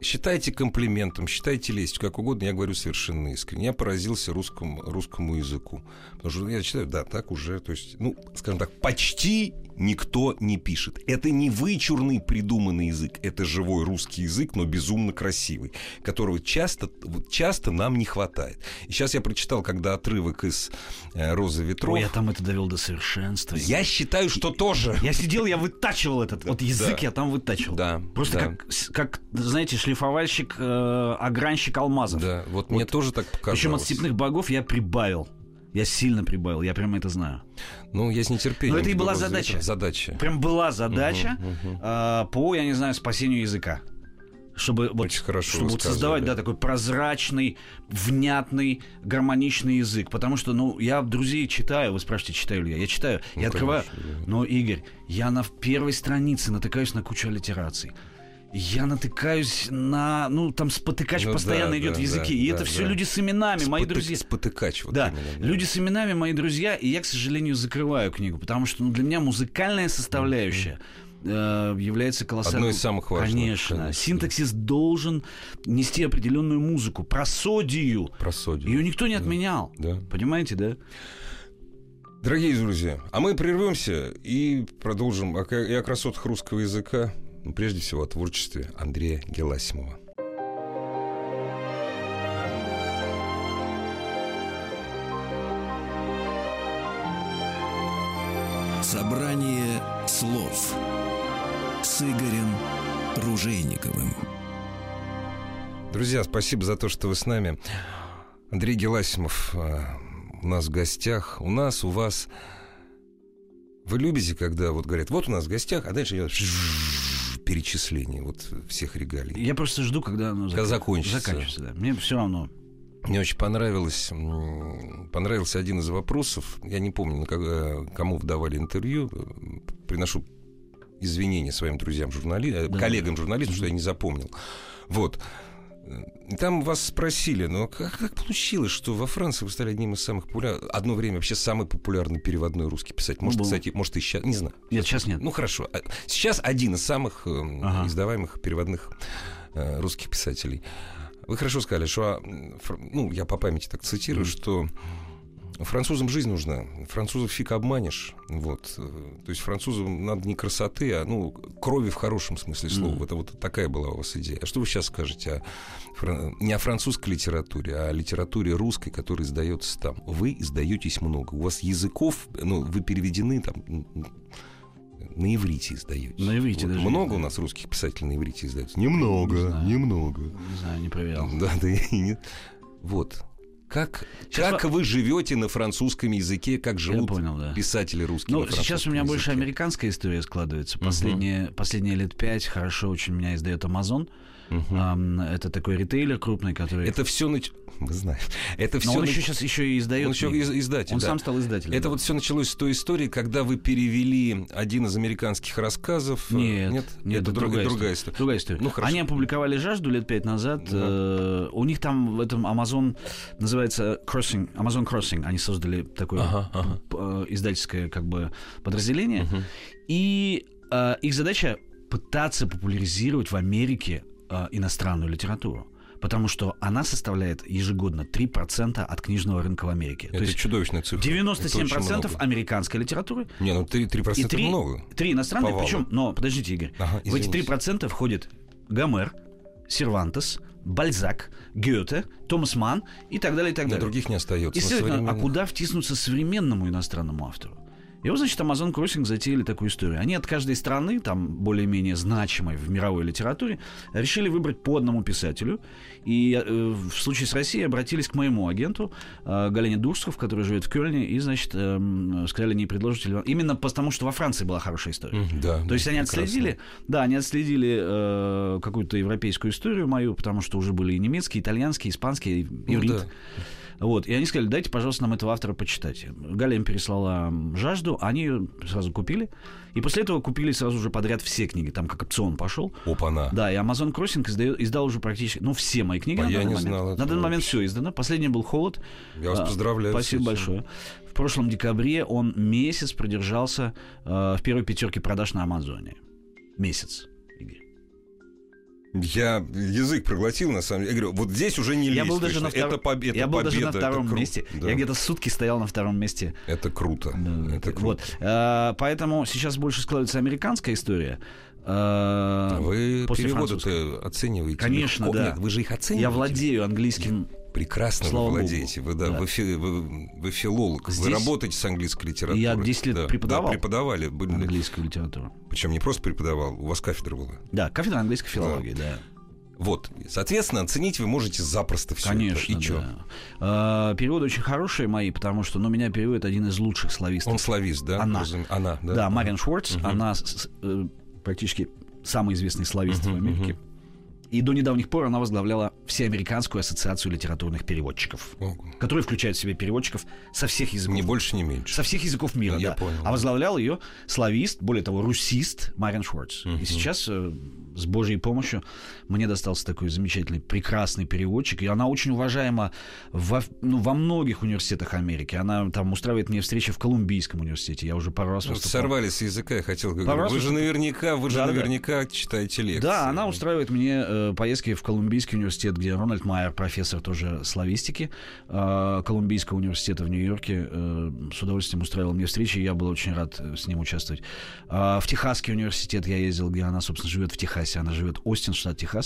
Speaker 2: считайте комплиментом, считайте лестью, как угодно, я говорю совершенно искренне. Я поразился русскому, русскому языку. Потому что я читаю, да, так уже, то есть, ну, скажем так, почти никто не пишет. Это не вычурный придуманный язык, это живой русский язык, но безумно красивый, которого часто, вот часто нам не хватает. И сейчас я прочитал, когда отрывок из э, «Розы ветров»,
Speaker 3: Ой, я там это довел до совершенства.
Speaker 2: я считаю, что тоже.
Speaker 3: Я сидел, я вытачивал этот, вот язык
Speaker 2: Да.
Speaker 3: я там вытачивал.
Speaker 2: Да,
Speaker 3: Просто
Speaker 2: да.
Speaker 3: как, с- как, знаете, шлифовальщик, э, огранщик алмазов.
Speaker 2: Да, вот, мне тоже так показалось.
Speaker 3: Причем от степных богов я прибавил. Я сильно прибавил, я прямо это знаю.
Speaker 2: Ну, я с нетерпением.
Speaker 3: Но это и
Speaker 2: жду
Speaker 3: была
Speaker 2: «Розы
Speaker 3: задача.
Speaker 2: ветра». Задача.
Speaker 3: Прям была задача а, по, я не знаю, спасению языка. Чтобы вот,
Speaker 2: Очень хорошо
Speaker 3: чтобы
Speaker 2: вы
Speaker 3: вот
Speaker 2: сказали.
Speaker 3: создавать да, такой прозрачный, внятный, гармоничный язык. Потому что, ну, я друзей читаю, вы спрашиваете, читаю ли я. Я читаю,
Speaker 2: Ну,
Speaker 3: я открываю. Но, Игорь, я на первой странице натыкаюсь на кучу аллитераций. Я натыкаюсь на. Ну, там спотыкач
Speaker 2: Ну
Speaker 3: постоянно
Speaker 2: да,
Speaker 3: идет в
Speaker 2: да, да,
Speaker 3: языке. и
Speaker 2: да,
Speaker 3: это все
Speaker 2: да.
Speaker 3: люди с именами, мои
Speaker 2: Спотык-
Speaker 3: друзья.
Speaker 2: Спотыкач. Вот
Speaker 3: Да,
Speaker 2: именно,
Speaker 3: люди с именами мои друзья, и я, к сожалению, закрываю книгу, потому что ну, для меня музыкальная составляющая э, является колоссальной.
Speaker 2: Одной из самых важных,
Speaker 3: Конечно.
Speaker 2: конечно.
Speaker 3: Синтаксис должен нести определенную музыку, просодию.
Speaker 2: Про Содию.
Speaker 3: Ее никто не отменял.
Speaker 2: Да.
Speaker 3: Понимаете, да?
Speaker 2: Дорогие друзья, а мы прервемся и продолжим о, ка- и о красотах русского языка, ну, прежде всего о творчестве Андрея Геласимова.
Speaker 1: Собрание слов с Игорем Ружейниковым.
Speaker 2: Друзья, спасибо за то, что вы с нами. Андрей Геласимов э, у нас в гостях. У нас, у вас... Вы любите, когда вот говорят, вот у нас в гостях, а дальше идет перечисление вот всех регалий.
Speaker 3: Я просто жду, когда оно зак-
Speaker 2: Когда закончится.
Speaker 3: Заканчивается, да. Мне все равно.
Speaker 2: Мне очень понравилось, м, понравился один из вопросов. Я не помню, на как- э, кому давали интервью. Э, Приношу извинения своим друзьям журналистам,
Speaker 3: Да.
Speaker 2: коллегам журналистам, что я не запомнил. Вот. Э, и Там вас спросили, ну а как, как получилось, что во Франции вы стали одним из самых популярных, одно время вообще самый популярный переводной русский писатель. Может,
Speaker 3: Ну, был.
Speaker 2: кстати, может и сейчас, не знаю.
Speaker 3: Нет, сейчас нет.
Speaker 2: Ну хорошо. А Сейчас один из самых эм,
Speaker 3: Ага.
Speaker 2: издаваемых переводных э, русских писателей. Вы хорошо сказали, что а, м, фр- ну я по памяти так цитирую, что Французам жизнь нужна. Французов фиг обманешь. Вот. То есть французам надо не красоты, а ну, крови в хорошем смысле слова. Mm. Это вот такая была у вас идея. А что вы сейчас скажете о, не о французской литературе, а о литературе русской, которая издается там? Вы издаетесь много. У вас языков, ну, вы переведены там на иврите издаете.
Speaker 3: На иврите
Speaker 2: вот
Speaker 3: даже.
Speaker 2: Много у нас русских писателей на иврите издается? Немного, не знаю. немного.
Speaker 3: Не знаю, не проверял.
Speaker 2: Да, да и нет. Вот. Как, сейчас как во... вы живете на французском языке, как живут
Speaker 3: Я понял, да.
Speaker 2: писатели русские?
Speaker 3: Ну, сейчас у меня языке. больше американская история складывается. Последние, uh-huh. последние лет пять хорошо очень меня издает Amazon. Uh-huh. Это такой ритейлер крупный, который.
Speaker 2: Это все нач... мы знаем. Это
Speaker 3: все. Но он нач... еще сейчас еще и издает.
Speaker 2: ну, Он еще
Speaker 3: книги.
Speaker 2: издатель.
Speaker 3: Он
Speaker 2: да.
Speaker 3: сам стал издателем.
Speaker 2: Это да. вот все началось с той истории, когда вы перевели один из американских рассказов. э,
Speaker 3: Э, Нет,
Speaker 2: нет, нет это, это другая, другая история. Ну история.
Speaker 3: Другая история. Ну хорошо. Они опубликовали "Жажду" лет пять назад. Uh-huh. Э, у них там в этом Amazon называется Crossing, Amazon Crossing. Они создали такое uh-huh, uh-huh. издательское как бы подразделение, uh-huh. и э, их задача пытаться популяризировать в Америке э, иностранную литературу. Потому что она составляет ежегодно 3% от книжного рынка в Америке.
Speaker 2: Это То есть чудовищная цифра.
Speaker 3: 97% это американской литературы.
Speaker 2: Не, ну 3%, 3% и 3, много.
Speaker 3: 3 иностранные, причем, но подождите, Игорь, ага, извините. в эти 3% входит Гомер, Сервантес, Бальзак, Гёте, Томас Ман и так далее, и так далее.
Speaker 2: Но других не остается.
Speaker 3: И, современных... А куда втиснуться современному иностранному автору? И вот, значит, Amazon Crossing затеяли такую историю. Они от каждой страны, там, более-менее значимой в мировой литературе, решили выбрать по одному писателю. И э, в случае с Россией обратились к моему агенту э, Галине Дурсков, который живет в Кёльне, и, значит, э, сказали, не предложите ли вам... Именно потому, что во Франции была хорошая история.
Speaker 2: Mm, да.
Speaker 3: То
Speaker 2: да,
Speaker 3: есть они прекрасно. отследили... Да, они отследили э, какую-то европейскую историю мою, потому что уже были и немецкие, и итальянские, и испанские, и иврит. Ну, да. Вот. И они сказали, дайте, пожалуйста, нам этого автора почитать. Галя им переслала «Жажду», они ее сразу купили. И после этого купили сразу же подряд все книги, там как опцион пошел.
Speaker 2: Опа-на.
Speaker 3: Да, и Amazon Crossing издает, издал уже практически, ну, все мои книги а на
Speaker 2: я
Speaker 3: данный
Speaker 2: не
Speaker 3: момент.
Speaker 2: Знал
Speaker 3: на данный момент все издано. Последний был «Холод».
Speaker 2: Я вас а, поздравляю.
Speaker 3: Спасибо большое. В прошлом декабре он месяц продержался э, в первой пятерке продаж на Амазоне. Месяц.
Speaker 2: Я язык проглотил, на самом деле. Я говорю, вот здесь уже не лезть.
Speaker 3: Я был даже
Speaker 2: точно.
Speaker 3: на втором,
Speaker 2: это победа,
Speaker 3: я был
Speaker 2: победа,
Speaker 3: даже на втором кру... месте. Да. Я где-то сутки стоял на втором месте.
Speaker 2: Это круто.
Speaker 3: Да,
Speaker 2: это
Speaker 3: круто. Вот. А, поэтому сейчас больше складывается американская история. Э,
Speaker 2: А, Вы переводы-то оцениваете?
Speaker 3: Конечно,
Speaker 2: легко.
Speaker 3: да.
Speaker 2: Нет, вы же их оцениваете.
Speaker 3: Я владею английским
Speaker 2: прекрасно
Speaker 3: Слава
Speaker 2: вы владеете.
Speaker 3: Богу.
Speaker 2: Вы, да, да. Вы, фи, вы, вы филолог, Здесь... вы работаете с английской литературой.
Speaker 3: Я 10 лет
Speaker 2: да,
Speaker 3: преподавал.
Speaker 2: Да, преподавали. Были...
Speaker 3: Английскую литературу.
Speaker 2: Причем не просто преподавал, у вас кафедра была.
Speaker 3: Да, кафедра английской филологии, да. да.
Speaker 2: Вот, соответственно, оценить вы можете запросто все.
Speaker 3: Конечно,
Speaker 2: это. И
Speaker 3: да. Чё? А, переводы очень хорошие мои, потому что, ну, меня переводит один из лучших словистов.
Speaker 2: Он словист, да?
Speaker 3: Она.
Speaker 2: Разум... Она, да.
Speaker 3: Да, Марин Шварц, угу. она с, э, практически самый известный словист угу, в Америке. Угу. И до недавних пор она возглавляла Всеамериканскую ассоциацию литературных переводчиков, Ого. которая включает в себя переводчиков со всех языков.
Speaker 2: Не больше, не меньше.
Speaker 3: Со всех языков мира, да.
Speaker 2: да. Я понял.
Speaker 3: А возглавлял ее славист, более того, русист Марин Шварц. Угу. И сейчас, с Божьей помощью, мне достался такой замечательный, прекрасный переводчик. И она очень уважаема во, ну, во многих университетах Америки. Она там устраивает мне встречи в Колумбийском университете. Я уже пару раз
Speaker 2: ну, выступал. Сорвали с языка, я хотел говорить. Вы
Speaker 3: выступ...
Speaker 2: же наверняка, вы же да, наверняка да. читаете лекции.
Speaker 3: Да, она устраивает мне э, поездки в Колумбийский университет, где Рональд Майер, профессор тоже славистики Колумбийского университета в Нью-Йорке, э, с удовольствием устраивал мне встречи, и я был очень рад э, с ним участвовать. А, В Техасский университет я ездил, где она, собственно, живет в Техасе. Она живет Остин, штат Техас.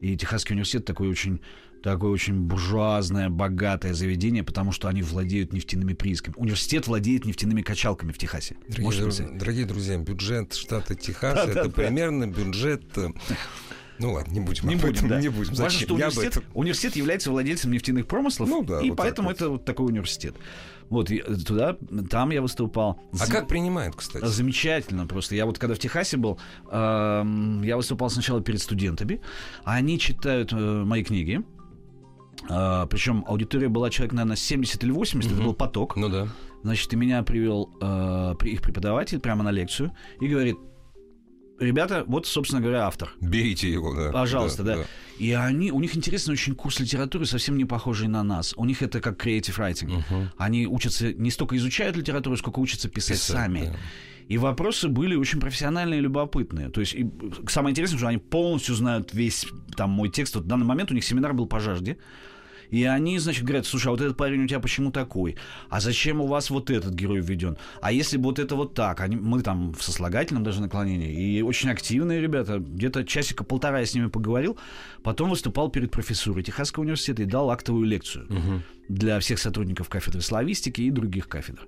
Speaker 3: И Техасский университет такой очень такое очень буржуазное, богатое заведение, потому что они владеют нефтяными приисками. Университет владеет нефтяными качалками в Техасе.
Speaker 2: Дорогие, дру- дорогие друзья, бюджет штата Техас да, это да, примерно да. бюджет э, ну ладно, не будем.
Speaker 3: Не будем, да.
Speaker 2: не будем.
Speaker 3: Важно, что университет, этом... университет является владельцем нефтяных промыслов,
Speaker 2: ну, да,
Speaker 3: и
Speaker 2: вот
Speaker 3: поэтому это вот такой университет. Вот и туда, там я выступал.
Speaker 2: А Зам... как принимают, кстати?
Speaker 3: Замечательно просто. Я вот когда в Техасе был, э, я выступал сначала перед студентами, они читают э, мои книги. Э, причем аудитория была человек, наверное, 70 или 80, угу. это был поток.
Speaker 2: Ну да.
Speaker 3: Значит, и меня привел э, их преподаватель прямо на лекцию и говорит, ребята, вот, собственно говоря, автор.
Speaker 2: Берите его, да.
Speaker 3: Пожалуйста, да. да. да. И они, у них интересный очень курс литературы, совсем не похожий на нас. У них это как creative writing. Угу. Они учатся, не столько изучают литературу, сколько учатся писать, писать сами. Да. И вопросы были очень профессиональные и любопытные. То есть и э, самое интересное, что они полностью знают весь там мой текст. Вот в данный момент у них семинар был по жажде. И они, значит, говорят, слушай, а вот этот парень у тебя почему такой? А зачем у вас вот этот герой введен? А если бы вот это вот так? Они, мы там в сослагательном даже наклонении. И очень активные ребята. Где-то часика полтора я с ними поговорил. Потом выступал перед профессурой Техасского университета и дал актовую лекцию для всех сотрудников кафедры славистики и других кафедр.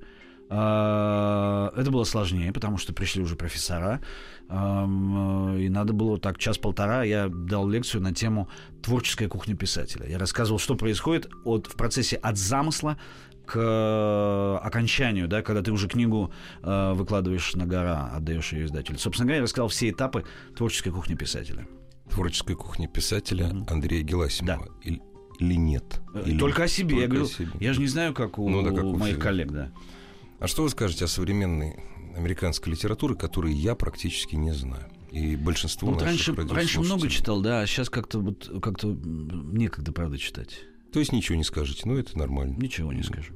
Speaker 3: А, Это было сложнее, потому что пришли уже профессора, ам, э, и надо было так час-полтора. Я дал лекцию на тему творческая кухня писателя. Я рассказывал, что происходит от, в процессе от замысла к э, окончанию, да, когда ты уже книгу э, выкладываешь на гора, отдаешь ее издателю. Собственно говоря, я рассказал все этапы творческой кухни писателя.
Speaker 2: Творческой кухни писателя
Speaker 3: Мгм.
Speaker 2: Андрея Геласимова.
Speaker 3: Да.
Speaker 2: Или, или нет?
Speaker 3: Э,
Speaker 2: Или-
Speaker 3: Только о себе. я
Speaker 2: только о
Speaker 3: говорю,
Speaker 2: себе.
Speaker 3: я же не знаю, как у,
Speaker 2: Ну да, как у
Speaker 3: моих
Speaker 2: всех.
Speaker 3: коллег, да.
Speaker 2: А что вы скажете о современной американской литературе, которой я практически не знаю? И большинство
Speaker 3: Ну, вот
Speaker 2: наших
Speaker 3: раньше, раньше
Speaker 2: радиослушателей.
Speaker 3: много читал, да, а сейчас как-то вот как-то м, некогда, правда, читать.
Speaker 2: То есть ничего не скажете, ну это нормально.
Speaker 3: Ничего не скажу.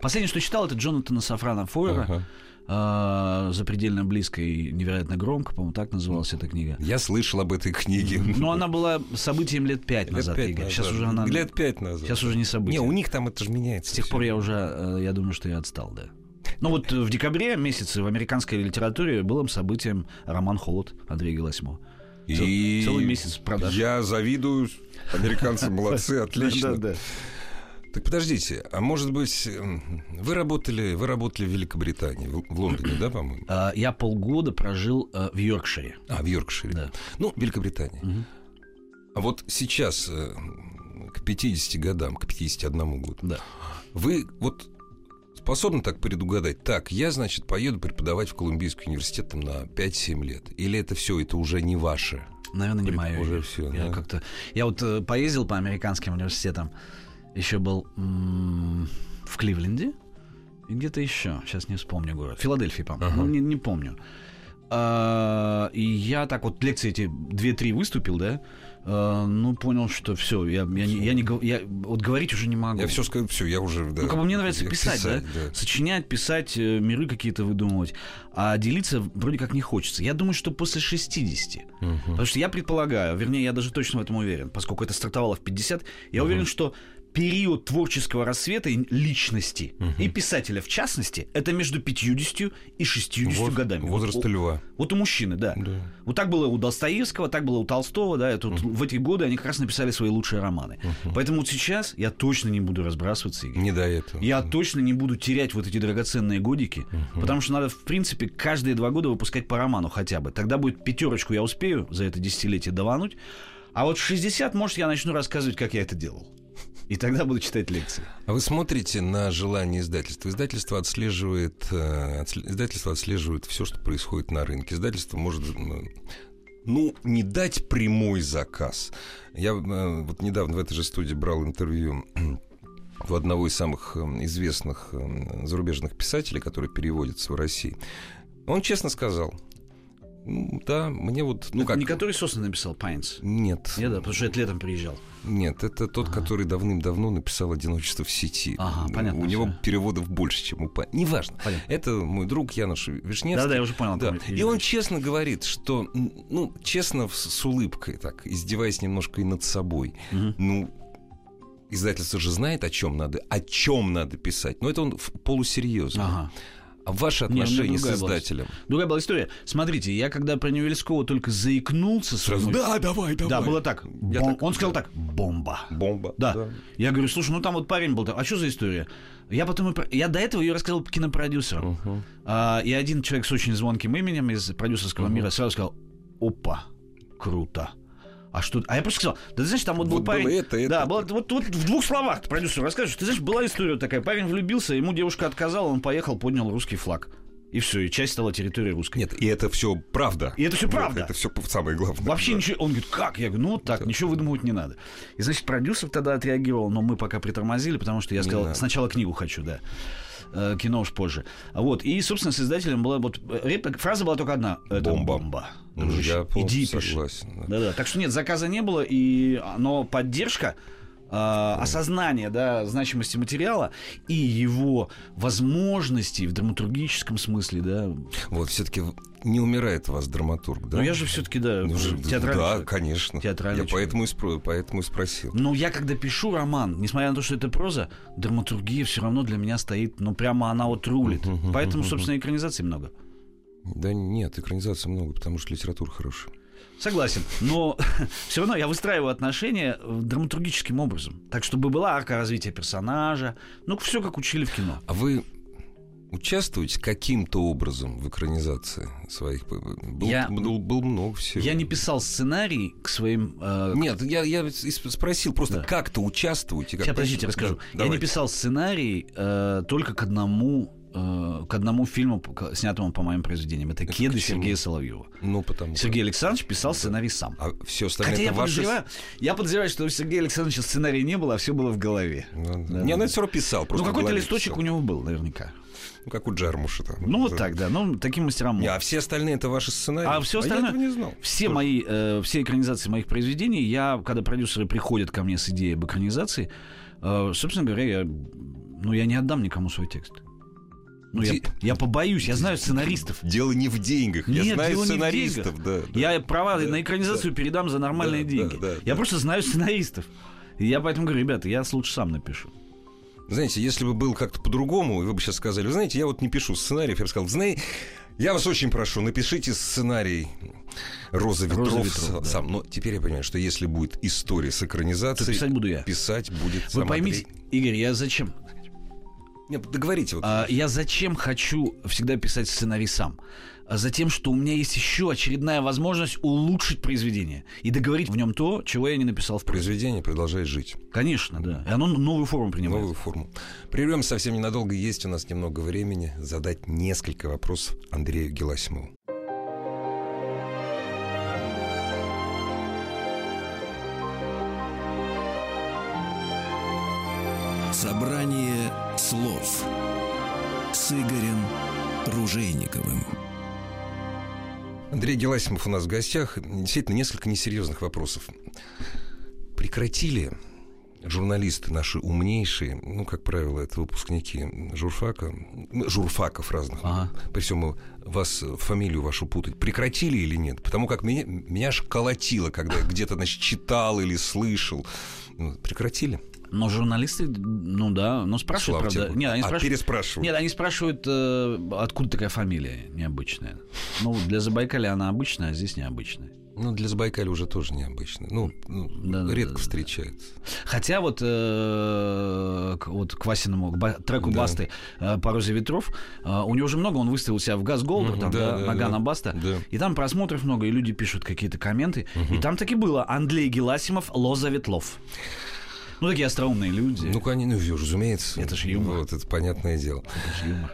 Speaker 3: Последнее, что читал, это Джонатана Сафрана Фойера
Speaker 2: Ага.
Speaker 3: э, «Запредельно близко и невероятно громко», по-моему, так называлась эта книга.
Speaker 2: Я слышал об этой книге.
Speaker 3: Но она была событием лет пять
Speaker 2: Лет
Speaker 3: Ну, назад,
Speaker 2: пять
Speaker 3: Игорь.
Speaker 2: назад.
Speaker 3: Сейчас уже она...
Speaker 2: Лет пять назад.
Speaker 3: Сейчас уже не событие.
Speaker 2: Не, у них там это же меняется.
Speaker 3: С тех
Speaker 2: всё.
Speaker 3: пор я уже, э, я думаю, что я отстал, да. Ну вот э, в декабре месяце в американской литературе было событием роман «Холод» Андрея Геласимова. цел-
Speaker 2: И
Speaker 3: целый месяц продаж.
Speaker 2: Я завидую. Американцы молодцы, отлично.
Speaker 3: Да-да-да.
Speaker 2: Так подождите, а может быть, эм, вы работали, вы работали в Великобритании, в в Лондоне, да, по-моему?
Speaker 3: А, Я полгода прожил э, в Йоркшире.
Speaker 2: А, в Йоркшире.
Speaker 3: Да.
Speaker 2: Ну, Великобритания.
Speaker 3: Мгм.
Speaker 2: А вот сейчас, э, к 50 годам, к 51 году,
Speaker 3: Да.
Speaker 2: вы вот способны так предугадать? Так, я, значит, поеду преподавать в Колумбийский университет там, на 5-7 лет. Или это все, это уже не ваше?
Speaker 3: Наверное, не
Speaker 2: Блин,
Speaker 3: мое.
Speaker 2: уже
Speaker 3: Я-
Speaker 2: всё,
Speaker 3: Я
Speaker 2: да.
Speaker 3: как-то. Я вот э, поездил по американским университетам. Еще был м, в Кливленде и где-то еще. Сейчас не вспомню город. Филадельфии, по-моему.
Speaker 2: Ага.
Speaker 3: Ну, не, не помню. А, И я так вот лекции эти 2-3 выступил, да? А, Ну, понял, что все, я, я, не, я не гов- я вот говорить уже не могу.
Speaker 2: Я все скажу, все, я уже... да.
Speaker 3: Ну, как бы мне нравится
Speaker 2: Я
Speaker 3: писать, да? Сочинять, писать, э, миры какие-то выдумывать. А делиться вроде как не хочется. Я думаю, что после 60.
Speaker 2: Мгм.
Speaker 3: Потому что я предполагаю, вернее, я даже точно в этом уверен, поскольку это стартовало в 50, я
Speaker 2: Мгм.
Speaker 3: уверен, что период творческого рассвета и личности
Speaker 2: Мгм.
Speaker 3: и писателя в частности, это между 50 и 60
Speaker 2: Воз-
Speaker 3: годами.
Speaker 2: Возраста
Speaker 3: вот, у,
Speaker 2: льва.
Speaker 3: вот у мужчины, да.
Speaker 2: Да.
Speaker 3: Вот так было у Достоевского, так было у Толстого, да, и тут в эти годы они как раз написали свои лучшие романы. Поэтому вот сейчас я точно не буду разбрасываться, Игорь.
Speaker 2: Не до этого.
Speaker 3: Я точно не буду терять вот эти драгоценные годики, потому что надо, в принципе, каждые два года выпускать по роману хотя бы. Тогда будет пятерочку, я успею за это десятилетие давануть. А вот в 60, может, я начну рассказывать, как я это делал. И тогда буду читать лекции.
Speaker 2: А вы смотрите на желание издательства. Издательство отслеживает, э, отсле- издательство отслеживает все, что происходит на рынке. Издательство может ну, ну, не дать прямой заказ. Я э, вот недавно в этой же студии брал интервью у одного из самых э, известных э, зарубежных писателей, который переводится в России. Он честно сказал, «Ну, да, мне вот... Ну,
Speaker 3: Ну,
Speaker 2: как...
Speaker 3: Не который Сосна написал, Пайнс.
Speaker 2: Нет.
Speaker 3: Нет, да, потому что это летом приезжал.
Speaker 2: Нет, это тот,
Speaker 3: Ага.
Speaker 2: который давным-давно написал «Одиночество в сети».
Speaker 3: Ага,
Speaker 2: Ну,
Speaker 3: понятно
Speaker 2: У него
Speaker 3: всё.
Speaker 2: переводов больше, чем у Па... Неважно.
Speaker 3: Понятно.
Speaker 2: Это мой друг Януш Вишневский.
Speaker 3: Да-да, я уже понял. о ком
Speaker 2: Да.
Speaker 3: речь
Speaker 2: И он
Speaker 3: идет.
Speaker 2: честно говорит, что, м, ну, честно, в- с улыбкой так, издеваясь немножко и над собой,
Speaker 3: Мгм.
Speaker 2: ну, издательство же знает, о чем надо, о чем надо писать. Но это он в- полусерьезно.
Speaker 3: Ага.
Speaker 2: А ваши
Speaker 3: Не, у меня
Speaker 2: отношения с
Speaker 3: другая была
Speaker 2: издателем?
Speaker 3: Другая была история. Смотрите, я когда про Невельского только заикнулся...
Speaker 2: Сразу,
Speaker 3: своим-
Speaker 2: да, давай, давай.
Speaker 3: Да, было так.
Speaker 2: Я
Speaker 3: Бом-
Speaker 2: так-
Speaker 3: Он сказал так. Бомба.
Speaker 2: Бомба.
Speaker 3: Да. Я говорю, слушай, ну там вот парень был, а что за история? Я потом, и про- я до этого ее рассказал кинопродюсерам.
Speaker 2: Мгм.
Speaker 3: А, и один человек с очень звонким именем из продюсерского
Speaker 2: Мгм.
Speaker 3: мира сразу сказал, опа, круто. А что? А я просто сказал, да ты знаешь, там вот, был
Speaker 2: Вот было
Speaker 3: парень.
Speaker 2: это, это,
Speaker 3: да,
Speaker 2: это.
Speaker 3: было- вот, вот в двух словах ты продюсеру расскажешь. Ты знаешь, была история вот такая. Парень влюбился, ему девушка отказала, он поехал, поднял русский флаг. И все, и часть стала территорией русской.
Speaker 2: Нет, и это все правда.
Speaker 3: И это все
Speaker 2: Вот,
Speaker 3: правда.
Speaker 2: Это все самое главное.
Speaker 3: Вообще
Speaker 2: Да.
Speaker 3: ничего. Он говорит, как? Я говорю, ну вот так, ничего выдумывать не надо. И значит, продюсер тогда отреагировал, но мы пока притормозили, потому что я
Speaker 2: Не
Speaker 3: сказал,
Speaker 2: надо.
Speaker 3: сначала книгу хочу, да. Э, Кино уж позже. А Вот. И, собственно, с издателем была вот э, реплика, фраза была только одна. Это
Speaker 2: Бомба.
Speaker 3: бомба.
Speaker 2: Ну,
Speaker 3: дружище,
Speaker 2: я
Speaker 3: Иди и
Speaker 2: полностью
Speaker 3: пиши.
Speaker 2: согласен. да.
Speaker 3: Да-да. Так что нет, заказа не было, и... но поддержка, э, осознание да, значимости материала и его возможностей в драматургическом смысле, да,
Speaker 2: Вот, все-таки не умирает у вас драматург, да?
Speaker 3: Ну я же все-таки, да,
Speaker 2: Ну, же-
Speaker 3: театральный
Speaker 2: Да,
Speaker 3: человек.
Speaker 2: конечно.
Speaker 3: Театральный
Speaker 2: я поэтому и, спро- поэтому и спросил.
Speaker 3: Ну, я когда пишу роман, несмотря на то, что это проза, драматургия все равно для меня стоит, ну, прямо она вот рулит.
Speaker 2: Мгм,
Speaker 3: Поэтому,
Speaker 2: мгм,
Speaker 3: собственно, экранизаций много.
Speaker 2: Да нет, экранизации много, потому что литература хорошая.
Speaker 3: Согласен. Но все равно я выстраиваю отношения э, драматургическим образом. Так, чтобы была арка развития персонажа. Ну, все как учили в кино.
Speaker 2: А вы участвуете каким-то образом в экранизации своих? Был,
Speaker 3: Я-
Speaker 2: был, был много всего.
Speaker 3: Я не писал сценарий к своим... э,
Speaker 2: Нет, я, я и сп- спросил просто,
Speaker 3: Да.
Speaker 2: как-то участвуете? Как
Speaker 3: Сейчас, подождите, расскажу. я не писал сценарий э, только к одному э, к одному фильму, по- к- снятому по моим произведениям. Это
Speaker 2: Это
Speaker 3: «Кеды»
Speaker 2: к чему?
Speaker 3: Сергея Соловьева.
Speaker 2: Ну, потому что-
Speaker 3: Сергей Александрович писал сценарий сам.
Speaker 2: А все остальное
Speaker 3: Хотя я
Speaker 2: это ваши...
Speaker 3: подозреваю, я подозреваю, что у Сергея Александровича сценария не было, а все было в голове.
Speaker 2: Ну,
Speaker 3: Да,
Speaker 2: Не,
Speaker 3: да.
Speaker 2: она все равно писал. Просто
Speaker 3: ну,
Speaker 2: в
Speaker 3: какой-то
Speaker 2: голове
Speaker 3: листочек
Speaker 2: писал.
Speaker 3: у него был, наверняка.
Speaker 2: Ну, как у Джармуша там.
Speaker 3: Ну, вот
Speaker 2: Да.
Speaker 3: так, да. Ну, таким мастерам.
Speaker 2: Не, а все остальные это ваши сценарии.
Speaker 3: А все остальное,
Speaker 2: я этого не знал.
Speaker 3: все
Speaker 2: Тоже.
Speaker 3: мои, э, все экранизации моих произведений, я, когда продюсеры приходят ко мне с идеей об экранизации, э, собственно говоря, я, ну, я не отдам никому свой текст. Ну, я,
Speaker 2: Ди-
Speaker 3: я побоюсь, я знаю сценаристов.
Speaker 2: Дело не в деньгах. я
Speaker 3: Нет,
Speaker 2: знаю
Speaker 3: дело не в
Speaker 2: сценаристов, да. да.
Speaker 3: Я права
Speaker 2: да,
Speaker 3: на экранизацию передам за нормальные
Speaker 2: Да,
Speaker 3: деньги.
Speaker 2: да, да,
Speaker 3: я
Speaker 2: да.
Speaker 3: просто знаю сценаристов. И я поэтому говорю, ребята, я лучше сам напишу.
Speaker 2: Знаете, если бы было как-то по-другому, и вы бы сейчас сказали, вы знаете, я вот не пишу сценариев, я бы сказал, знаете, я вас очень прошу, напишите сценарий «Роза ветров»,
Speaker 3: «Роза ветров»,
Speaker 2: са-
Speaker 3: да.
Speaker 2: сам. Но теперь я понимаю, что если будет история с
Speaker 3: То
Speaker 2: экранизацией,
Speaker 3: писать буду я.
Speaker 2: писать будет
Speaker 3: Вы
Speaker 2: сам
Speaker 3: поймите,
Speaker 2: Андрей.
Speaker 3: Игорь, я зачем?
Speaker 2: Нет, договорите. Вот.
Speaker 3: А, я зачем хочу всегда писать сценарий сам? А за тем, что у меня есть еще очередная возможность улучшить произведение и договорить в нем то, чего я не написал в произведении.
Speaker 2: Произведение продолжает жить.
Speaker 3: Конечно, да. И оно новую форму принимает.
Speaker 2: Новую форму. Прервем совсем ненадолго. Есть у нас немного времени задать несколько вопросов Андрею Геласимову.
Speaker 1: Собрание слов с Игорем Ружейниковым.
Speaker 2: Андрей Геласимов у нас в гостях. Действительно, несколько несерьезных вопросов. Прекратили журналисты наши умнейшие, ну, как правило, это выпускники журфака, ну, журфаков разных,
Speaker 3: Ага.
Speaker 2: при всем вас, э, фамилию вашу путать, прекратили или нет? Потому как меня, меня аж колотило, когда я где-то, значит, читал или слышал. Ну, Прекратили?
Speaker 3: Но журналисты, ну да, но спрашивают,
Speaker 2: Слава тебе
Speaker 3: правда.
Speaker 2: Богу.
Speaker 3: Нет, они
Speaker 2: а,
Speaker 3: спрашивают.
Speaker 2: переспрашивают.
Speaker 3: Нет, они спрашивают, э, откуда такая фамилия необычная. Ну, для Забайкаля она обычная, а здесь необычная.
Speaker 2: Ну, для Забайкаля уже тоже необычно. Ну, ну,
Speaker 3: Да-да-да-да.
Speaker 2: редко встречается.
Speaker 3: Хотя вот, э, к, вот к Васиному, к ба- треку
Speaker 2: Да.
Speaker 3: Басты э, «По розе ветров», э, у него же много, он выставил себя в «Газ Голдер»,
Speaker 2: Мгм,
Speaker 3: там,
Speaker 2: да,
Speaker 3: да,
Speaker 2: да, да.
Speaker 3: «Нагана Баста»,
Speaker 2: Да.
Speaker 3: и там просмотров много, и люди пишут какие-то комменты, и там таки было «Андрей Геласимов, Лоза Ветлов». Ну, такие остроумные люди.
Speaker 2: Ну, конечно, ну, разумеется.
Speaker 3: Это ж юмор.
Speaker 2: Вот, это понятное дело.
Speaker 3: Это же юмор.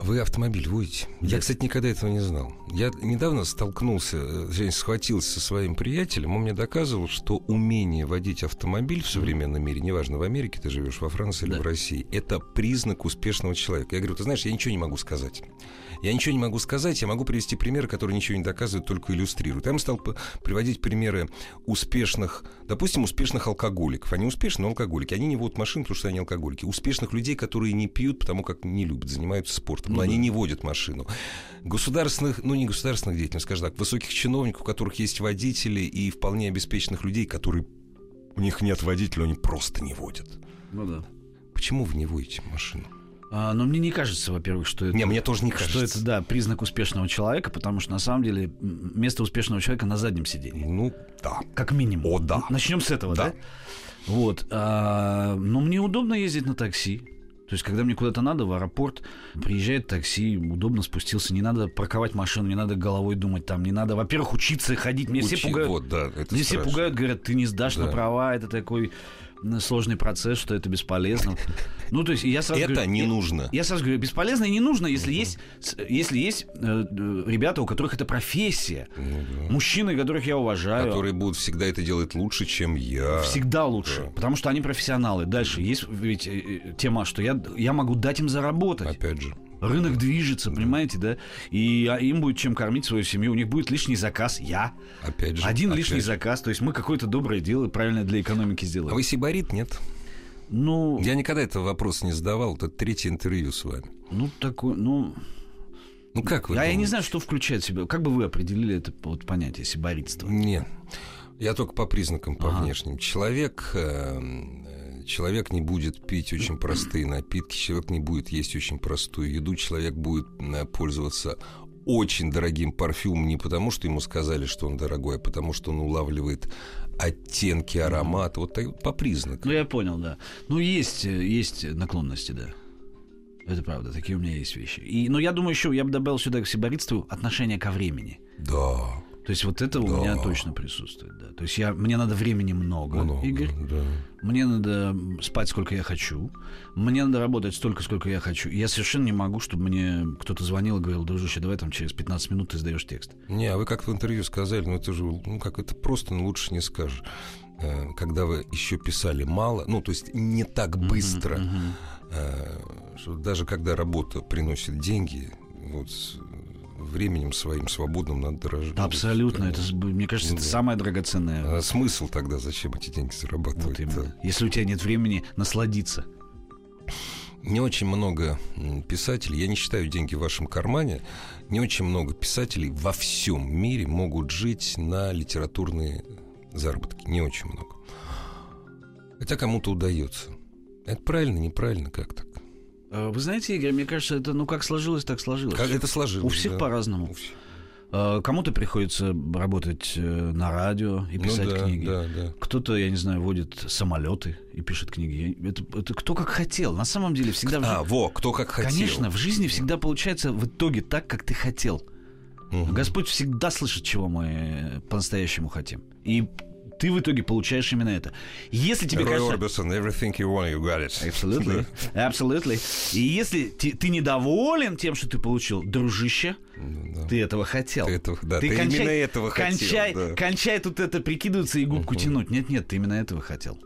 Speaker 2: Вы автомобиль водите? Я,
Speaker 3: Нет.
Speaker 2: кстати, никогда этого не знал. Я недавно столкнулся, э, точнее, схватился со своим приятелем. Он мне доказывал, что умение водить автомобиль в современном мире, неважно, в Америке ты живешь, во Франции или
Speaker 3: Да.
Speaker 2: в России, это признак успешного человека. Я говорю, ты знаешь, я ничего не могу сказать. Я ничего не могу сказать, я могу привести примеры, которые ничего не доказывают, только иллюстрируют. Там стал п- приводить примеры успешных, допустим, успешных алкоголиков. Они успешные, но алкоголики. Они не водят машин, потому что они алкоголики. Успешных людей, которые не пьют, потому как не любят, занимаются
Speaker 3: Ну
Speaker 2: спортом, но они не водят машину. Государственных, ну не государственных деятелей, скажем так, высоких чиновников, у которых есть водители, и вполне обеспеченных людей, которые у них нет водителя, они просто не водят.
Speaker 3: Ну да.
Speaker 2: Почему вы не водите машину?
Speaker 3: А, но мне не кажется, во-первых, что это...
Speaker 2: Не, мне тоже не кажется.
Speaker 3: Что это, да, признак успешного человека, потому что на самом деле м, место успешного человека на заднем сидении.
Speaker 2: Ну, да.
Speaker 3: Как минимум.
Speaker 2: О, да.
Speaker 3: Начнем с этого, да?
Speaker 2: Да.
Speaker 3: Вот. а, но мне удобно ездить на такси. То есть, когда мне куда-то надо, в аэропорт приезжает такси, удобно спустился, не надо парковать машину, не надо головой думать там, не надо, во-первых, учиться ходить. Мне все
Speaker 2: Учи-
Speaker 3: пугают.
Speaker 2: Вот, да, это
Speaker 3: Мне все
Speaker 2: страшно.
Speaker 3: пугают, говорят, ты не сдашь на
Speaker 2: Да.
Speaker 3: права, это такой м, сложный процесс, что это бесполезно. Ну, то есть, я сразу
Speaker 2: Это
Speaker 3: говорю,
Speaker 2: не
Speaker 3: я-
Speaker 2: нужно.
Speaker 3: я сразу говорю, бесполезно и не нужно, если есть, с- если есть э, э, ребята, у которых это профессия,
Speaker 2: Ну да.
Speaker 3: мужчины, которых я уважаю,
Speaker 2: которые будут всегда это делать лучше, чем я.
Speaker 3: всегда лучше, потому что они профессионалы. Дальше есть ведь э, э, тема, что я я могу дать им заработать.
Speaker 2: Опять же.
Speaker 3: Рынок движется, понимаете, да? И а, им будет чем кормить свою семью, у них будет лишний заказ, я.
Speaker 2: Опять же.
Speaker 3: Один
Speaker 2: опять
Speaker 3: лишний
Speaker 2: же.
Speaker 3: заказ, то есть мы какое-то доброе дело правильно для экономики сделаем.
Speaker 2: А вы сибарит, нет?
Speaker 3: Ну,
Speaker 2: Я никогда этого вопроса не задавал. Это третье интервью с вами.
Speaker 3: ну такой, ну.
Speaker 2: Ну как вы
Speaker 3: а я не
Speaker 2: думаете?
Speaker 3: знаю, что включает в себя. Как бы вы определили это вот понятие сиборитства?
Speaker 2: Нет. Я только по признакам, по
Speaker 3: Ага.
Speaker 2: внешним. Человек, э, э, человек не будет пить очень простые напитки, человек не будет есть очень простую еду, человек будет э, пользоваться очень дорогим парфюмом не потому, что ему сказали, что он дорогой, а потому, что он улавливает оттенки, аромат. Вот так вот по признакам.
Speaker 3: Ну, я понял, да. Ну, есть, э, есть наклонности, да. Это правда, такие у меня есть вещи. И, но я думаю, еще я бы добавил сюда к сиборитству отношение ко времени.
Speaker 2: Да.
Speaker 3: То есть вот это
Speaker 2: Да.
Speaker 3: у меня точно присутствует, да. То есть я, мне надо времени много,
Speaker 2: много,
Speaker 3: Игорь.
Speaker 2: да.
Speaker 3: Мне надо спать сколько я хочу. Мне надо работать столько, сколько я хочу. И я совершенно не могу, чтобы мне кто-то звонил и говорил, дружище, давай там через 15 минут ты сдаешь текст.
Speaker 2: Не, а вы как в интервью сказали, ну это же, ну как это просто, ну лучше не скажешь. Э, Когда вы еще писали мало, ну то есть не так быстро,
Speaker 3: Мгм.
Speaker 2: э, что даже когда работа приносит деньги, вот с э, временем своим свободным надо дорожить.
Speaker 3: Да, абсолютно. Это, с-
Speaker 2: Конечно.
Speaker 3: мне кажется,
Speaker 2: Ну,
Speaker 3: это
Speaker 2: да.
Speaker 3: самое драгоценное.
Speaker 2: А смысл тогда, зачем эти деньги
Speaker 3: Вот
Speaker 2: зарабатывать?
Speaker 3: именно. Если у тебя нет времени насладиться.
Speaker 2: Не очень много м, писателей, я не считаю деньги в вашем кармане, не очень много писателей во всем мире могут жить на литературные заработки. Не очень много. Хотя кому-то удается. Это правильно, неправильно, как так?
Speaker 3: Э, Вы знаете, Игорь, мне кажется, это ну как сложилось, так сложилось.
Speaker 2: Как это сложилось?
Speaker 3: У всех
Speaker 2: да.
Speaker 3: по-разному.
Speaker 2: У всех.
Speaker 3: Э, Кому-то приходится работать э, на радио и
Speaker 2: Ну
Speaker 3: писать
Speaker 2: да,
Speaker 3: книги.
Speaker 2: да, да.
Speaker 3: Кто-то, я не знаю, водит самолеты и пишет книги. Я- Это, это кто как хотел. На самом деле всегда... в жи-
Speaker 2: А, во, кто как хотел.
Speaker 3: Конечно, в жизни всегда получается в итоге так, как ты хотел.
Speaker 2: Мгм.
Speaker 3: Господь всегда слышит, чего мы по-настоящему хотим. И ты в итоге получаешь именно это. Если тебе
Speaker 2: Рой
Speaker 3: кажется...
Speaker 2: Орбисон, everything you want, you got it.
Speaker 3: Абсолютно.
Speaker 2: Типа.
Speaker 3: Абсолютно. И если ти- ты, недоволен тем, что ты получил, дружище,
Speaker 2: Да.
Speaker 3: ты этого хотел.
Speaker 2: Ты этого- да, ты именно этого хотел,
Speaker 3: кончай,
Speaker 2: да.
Speaker 3: кончай тут это прикидываться и губку
Speaker 2: Мгм.
Speaker 3: тянуть. Нет, нет, ты именно этого хотел.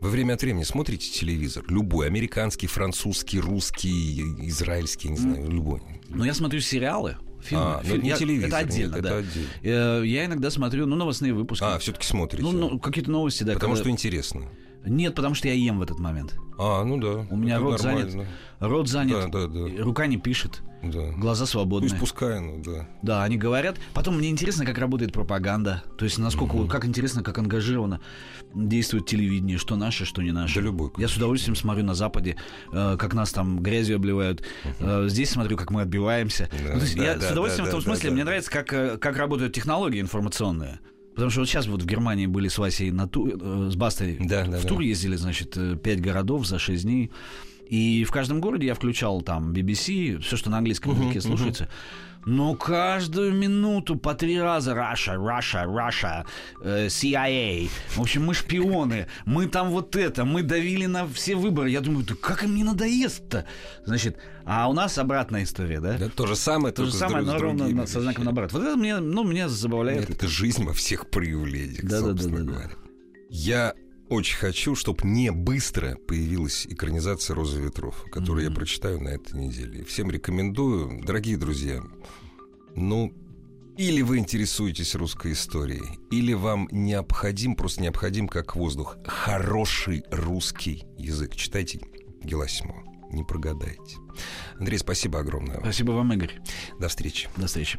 Speaker 2: Вы время от времени смотрите телевизор? Любой, американский, французский, русский, израильский, не знаю, любой.
Speaker 3: Но я смотрю сериалы, фильмы.
Speaker 2: А, ну
Speaker 3: Фильм-
Speaker 2: это не
Speaker 3: я-
Speaker 2: телевизор.
Speaker 3: Это
Speaker 2: нет,
Speaker 3: отдельно,
Speaker 2: это
Speaker 3: да.
Speaker 2: отдельно.
Speaker 3: Э, Я иногда смотрю, ну, новостные выпуски.
Speaker 2: А, все-таки смотрите.
Speaker 3: ну, ну, какие-то новости, да.
Speaker 2: Потому
Speaker 3: когда-
Speaker 2: что интересно.
Speaker 3: Нет, потому что я ем в этот момент.
Speaker 2: А, ну да.
Speaker 3: У меня
Speaker 2: это
Speaker 3: рот занят.
Speaker 2: нормально.
Speaker 3: Рот
Speaker 2: Да,
Speaker 3: занят,
Speaker 2: да, да.
Speaker 3: рука не пишет,
Speaker 2: да.
Speaker 3: глаза свободные.
Speaker 2: Пусть пускай, ну да.
Speaker 3: Да, они говорят. Потом мне интересно, как работает пропаганда. То есть, насколько, вот как интересно, как ангажированно действует телевидение, что наше, что не наше.
Speaker 2: Да любой,
Speaker 3: Я с удовольствием смотрю на Западе, э, как нас там грязью обливают. Э, здесь смотрю, как мы отбиваемся.
Speaker 2: Да,
Speaker 3: Ну, то есть
Speaker 2: да,
Speaker 3: я
Speaker 2: да,
Speaker 3: с удовольствием
Speaker 2: да,
Speaker 3: в том
Speaker 2: да,
Speaker 3: смысле,
Speaker 2: да,
Speaker 3: мне
Speaker 2: да.
Speaker 3: нравится, как, э, как работают технологии информационные. Потому что вот сейчас вот в Германии были с Васей на ту- э, с Бастой
Speaker 2: Да, да,
Speaker 3: в
Speaker 2: да.
Speaker 3: тур ездили, значит, э, пять городов за шесть дней. И в каждом городе я включал там BBC, все, что на английском
Speaker 2: Мгм,
Speaker 3: языке
Speaker 2: мгм.
Speaker 3: слушается. Но каждую минуту по три раза Russia, Russia, Russia, э, CIA. В общем, мы шпионы, мы там вот это, мы давили на все выборы. Я думаю, да как им не надоест-то? Значит, а у нас обратная история, да?
Speaker 2: Да, то же самое,
Speaker 3: То же
Speaker 2: только с
Speaker 3: самое,
Speaker 2: друг-
Speaker 3: но
Speaker 2: с
Speaker 3: ровно
Speaker 2: другими
Speaker 3: на- со знаком
Speaker 2: вещами.
Speaker 3: наоборот. Вот это мне, ну, меня забавляет.
Speaker 2: Нет, это жизнь во всех проявлениях,
Speaker 3: Да, да, да,
Speaker 2: собственно
Speaker 3: да, да.
Speaker 2: говоря. Я очень хочу, чтобы не быстро появилась экранизация «Роза ветров», которую я
Speaker 3: Мгм.
Speaker 2: прочитаю на этой неделе. Всем рекомендую. Дорогие друзья, ну, или вы интересуетесь русской историей, или вам необходим, просто необходим, как воздух, хороший русский язык. Читайте Геласимова, не прогадаете. Андрей, спасибо огромное. вам.
Speaker 3: Спасибо вам, Игорь.
Speaker 2: До встречи.
Speaker 3: До встречи.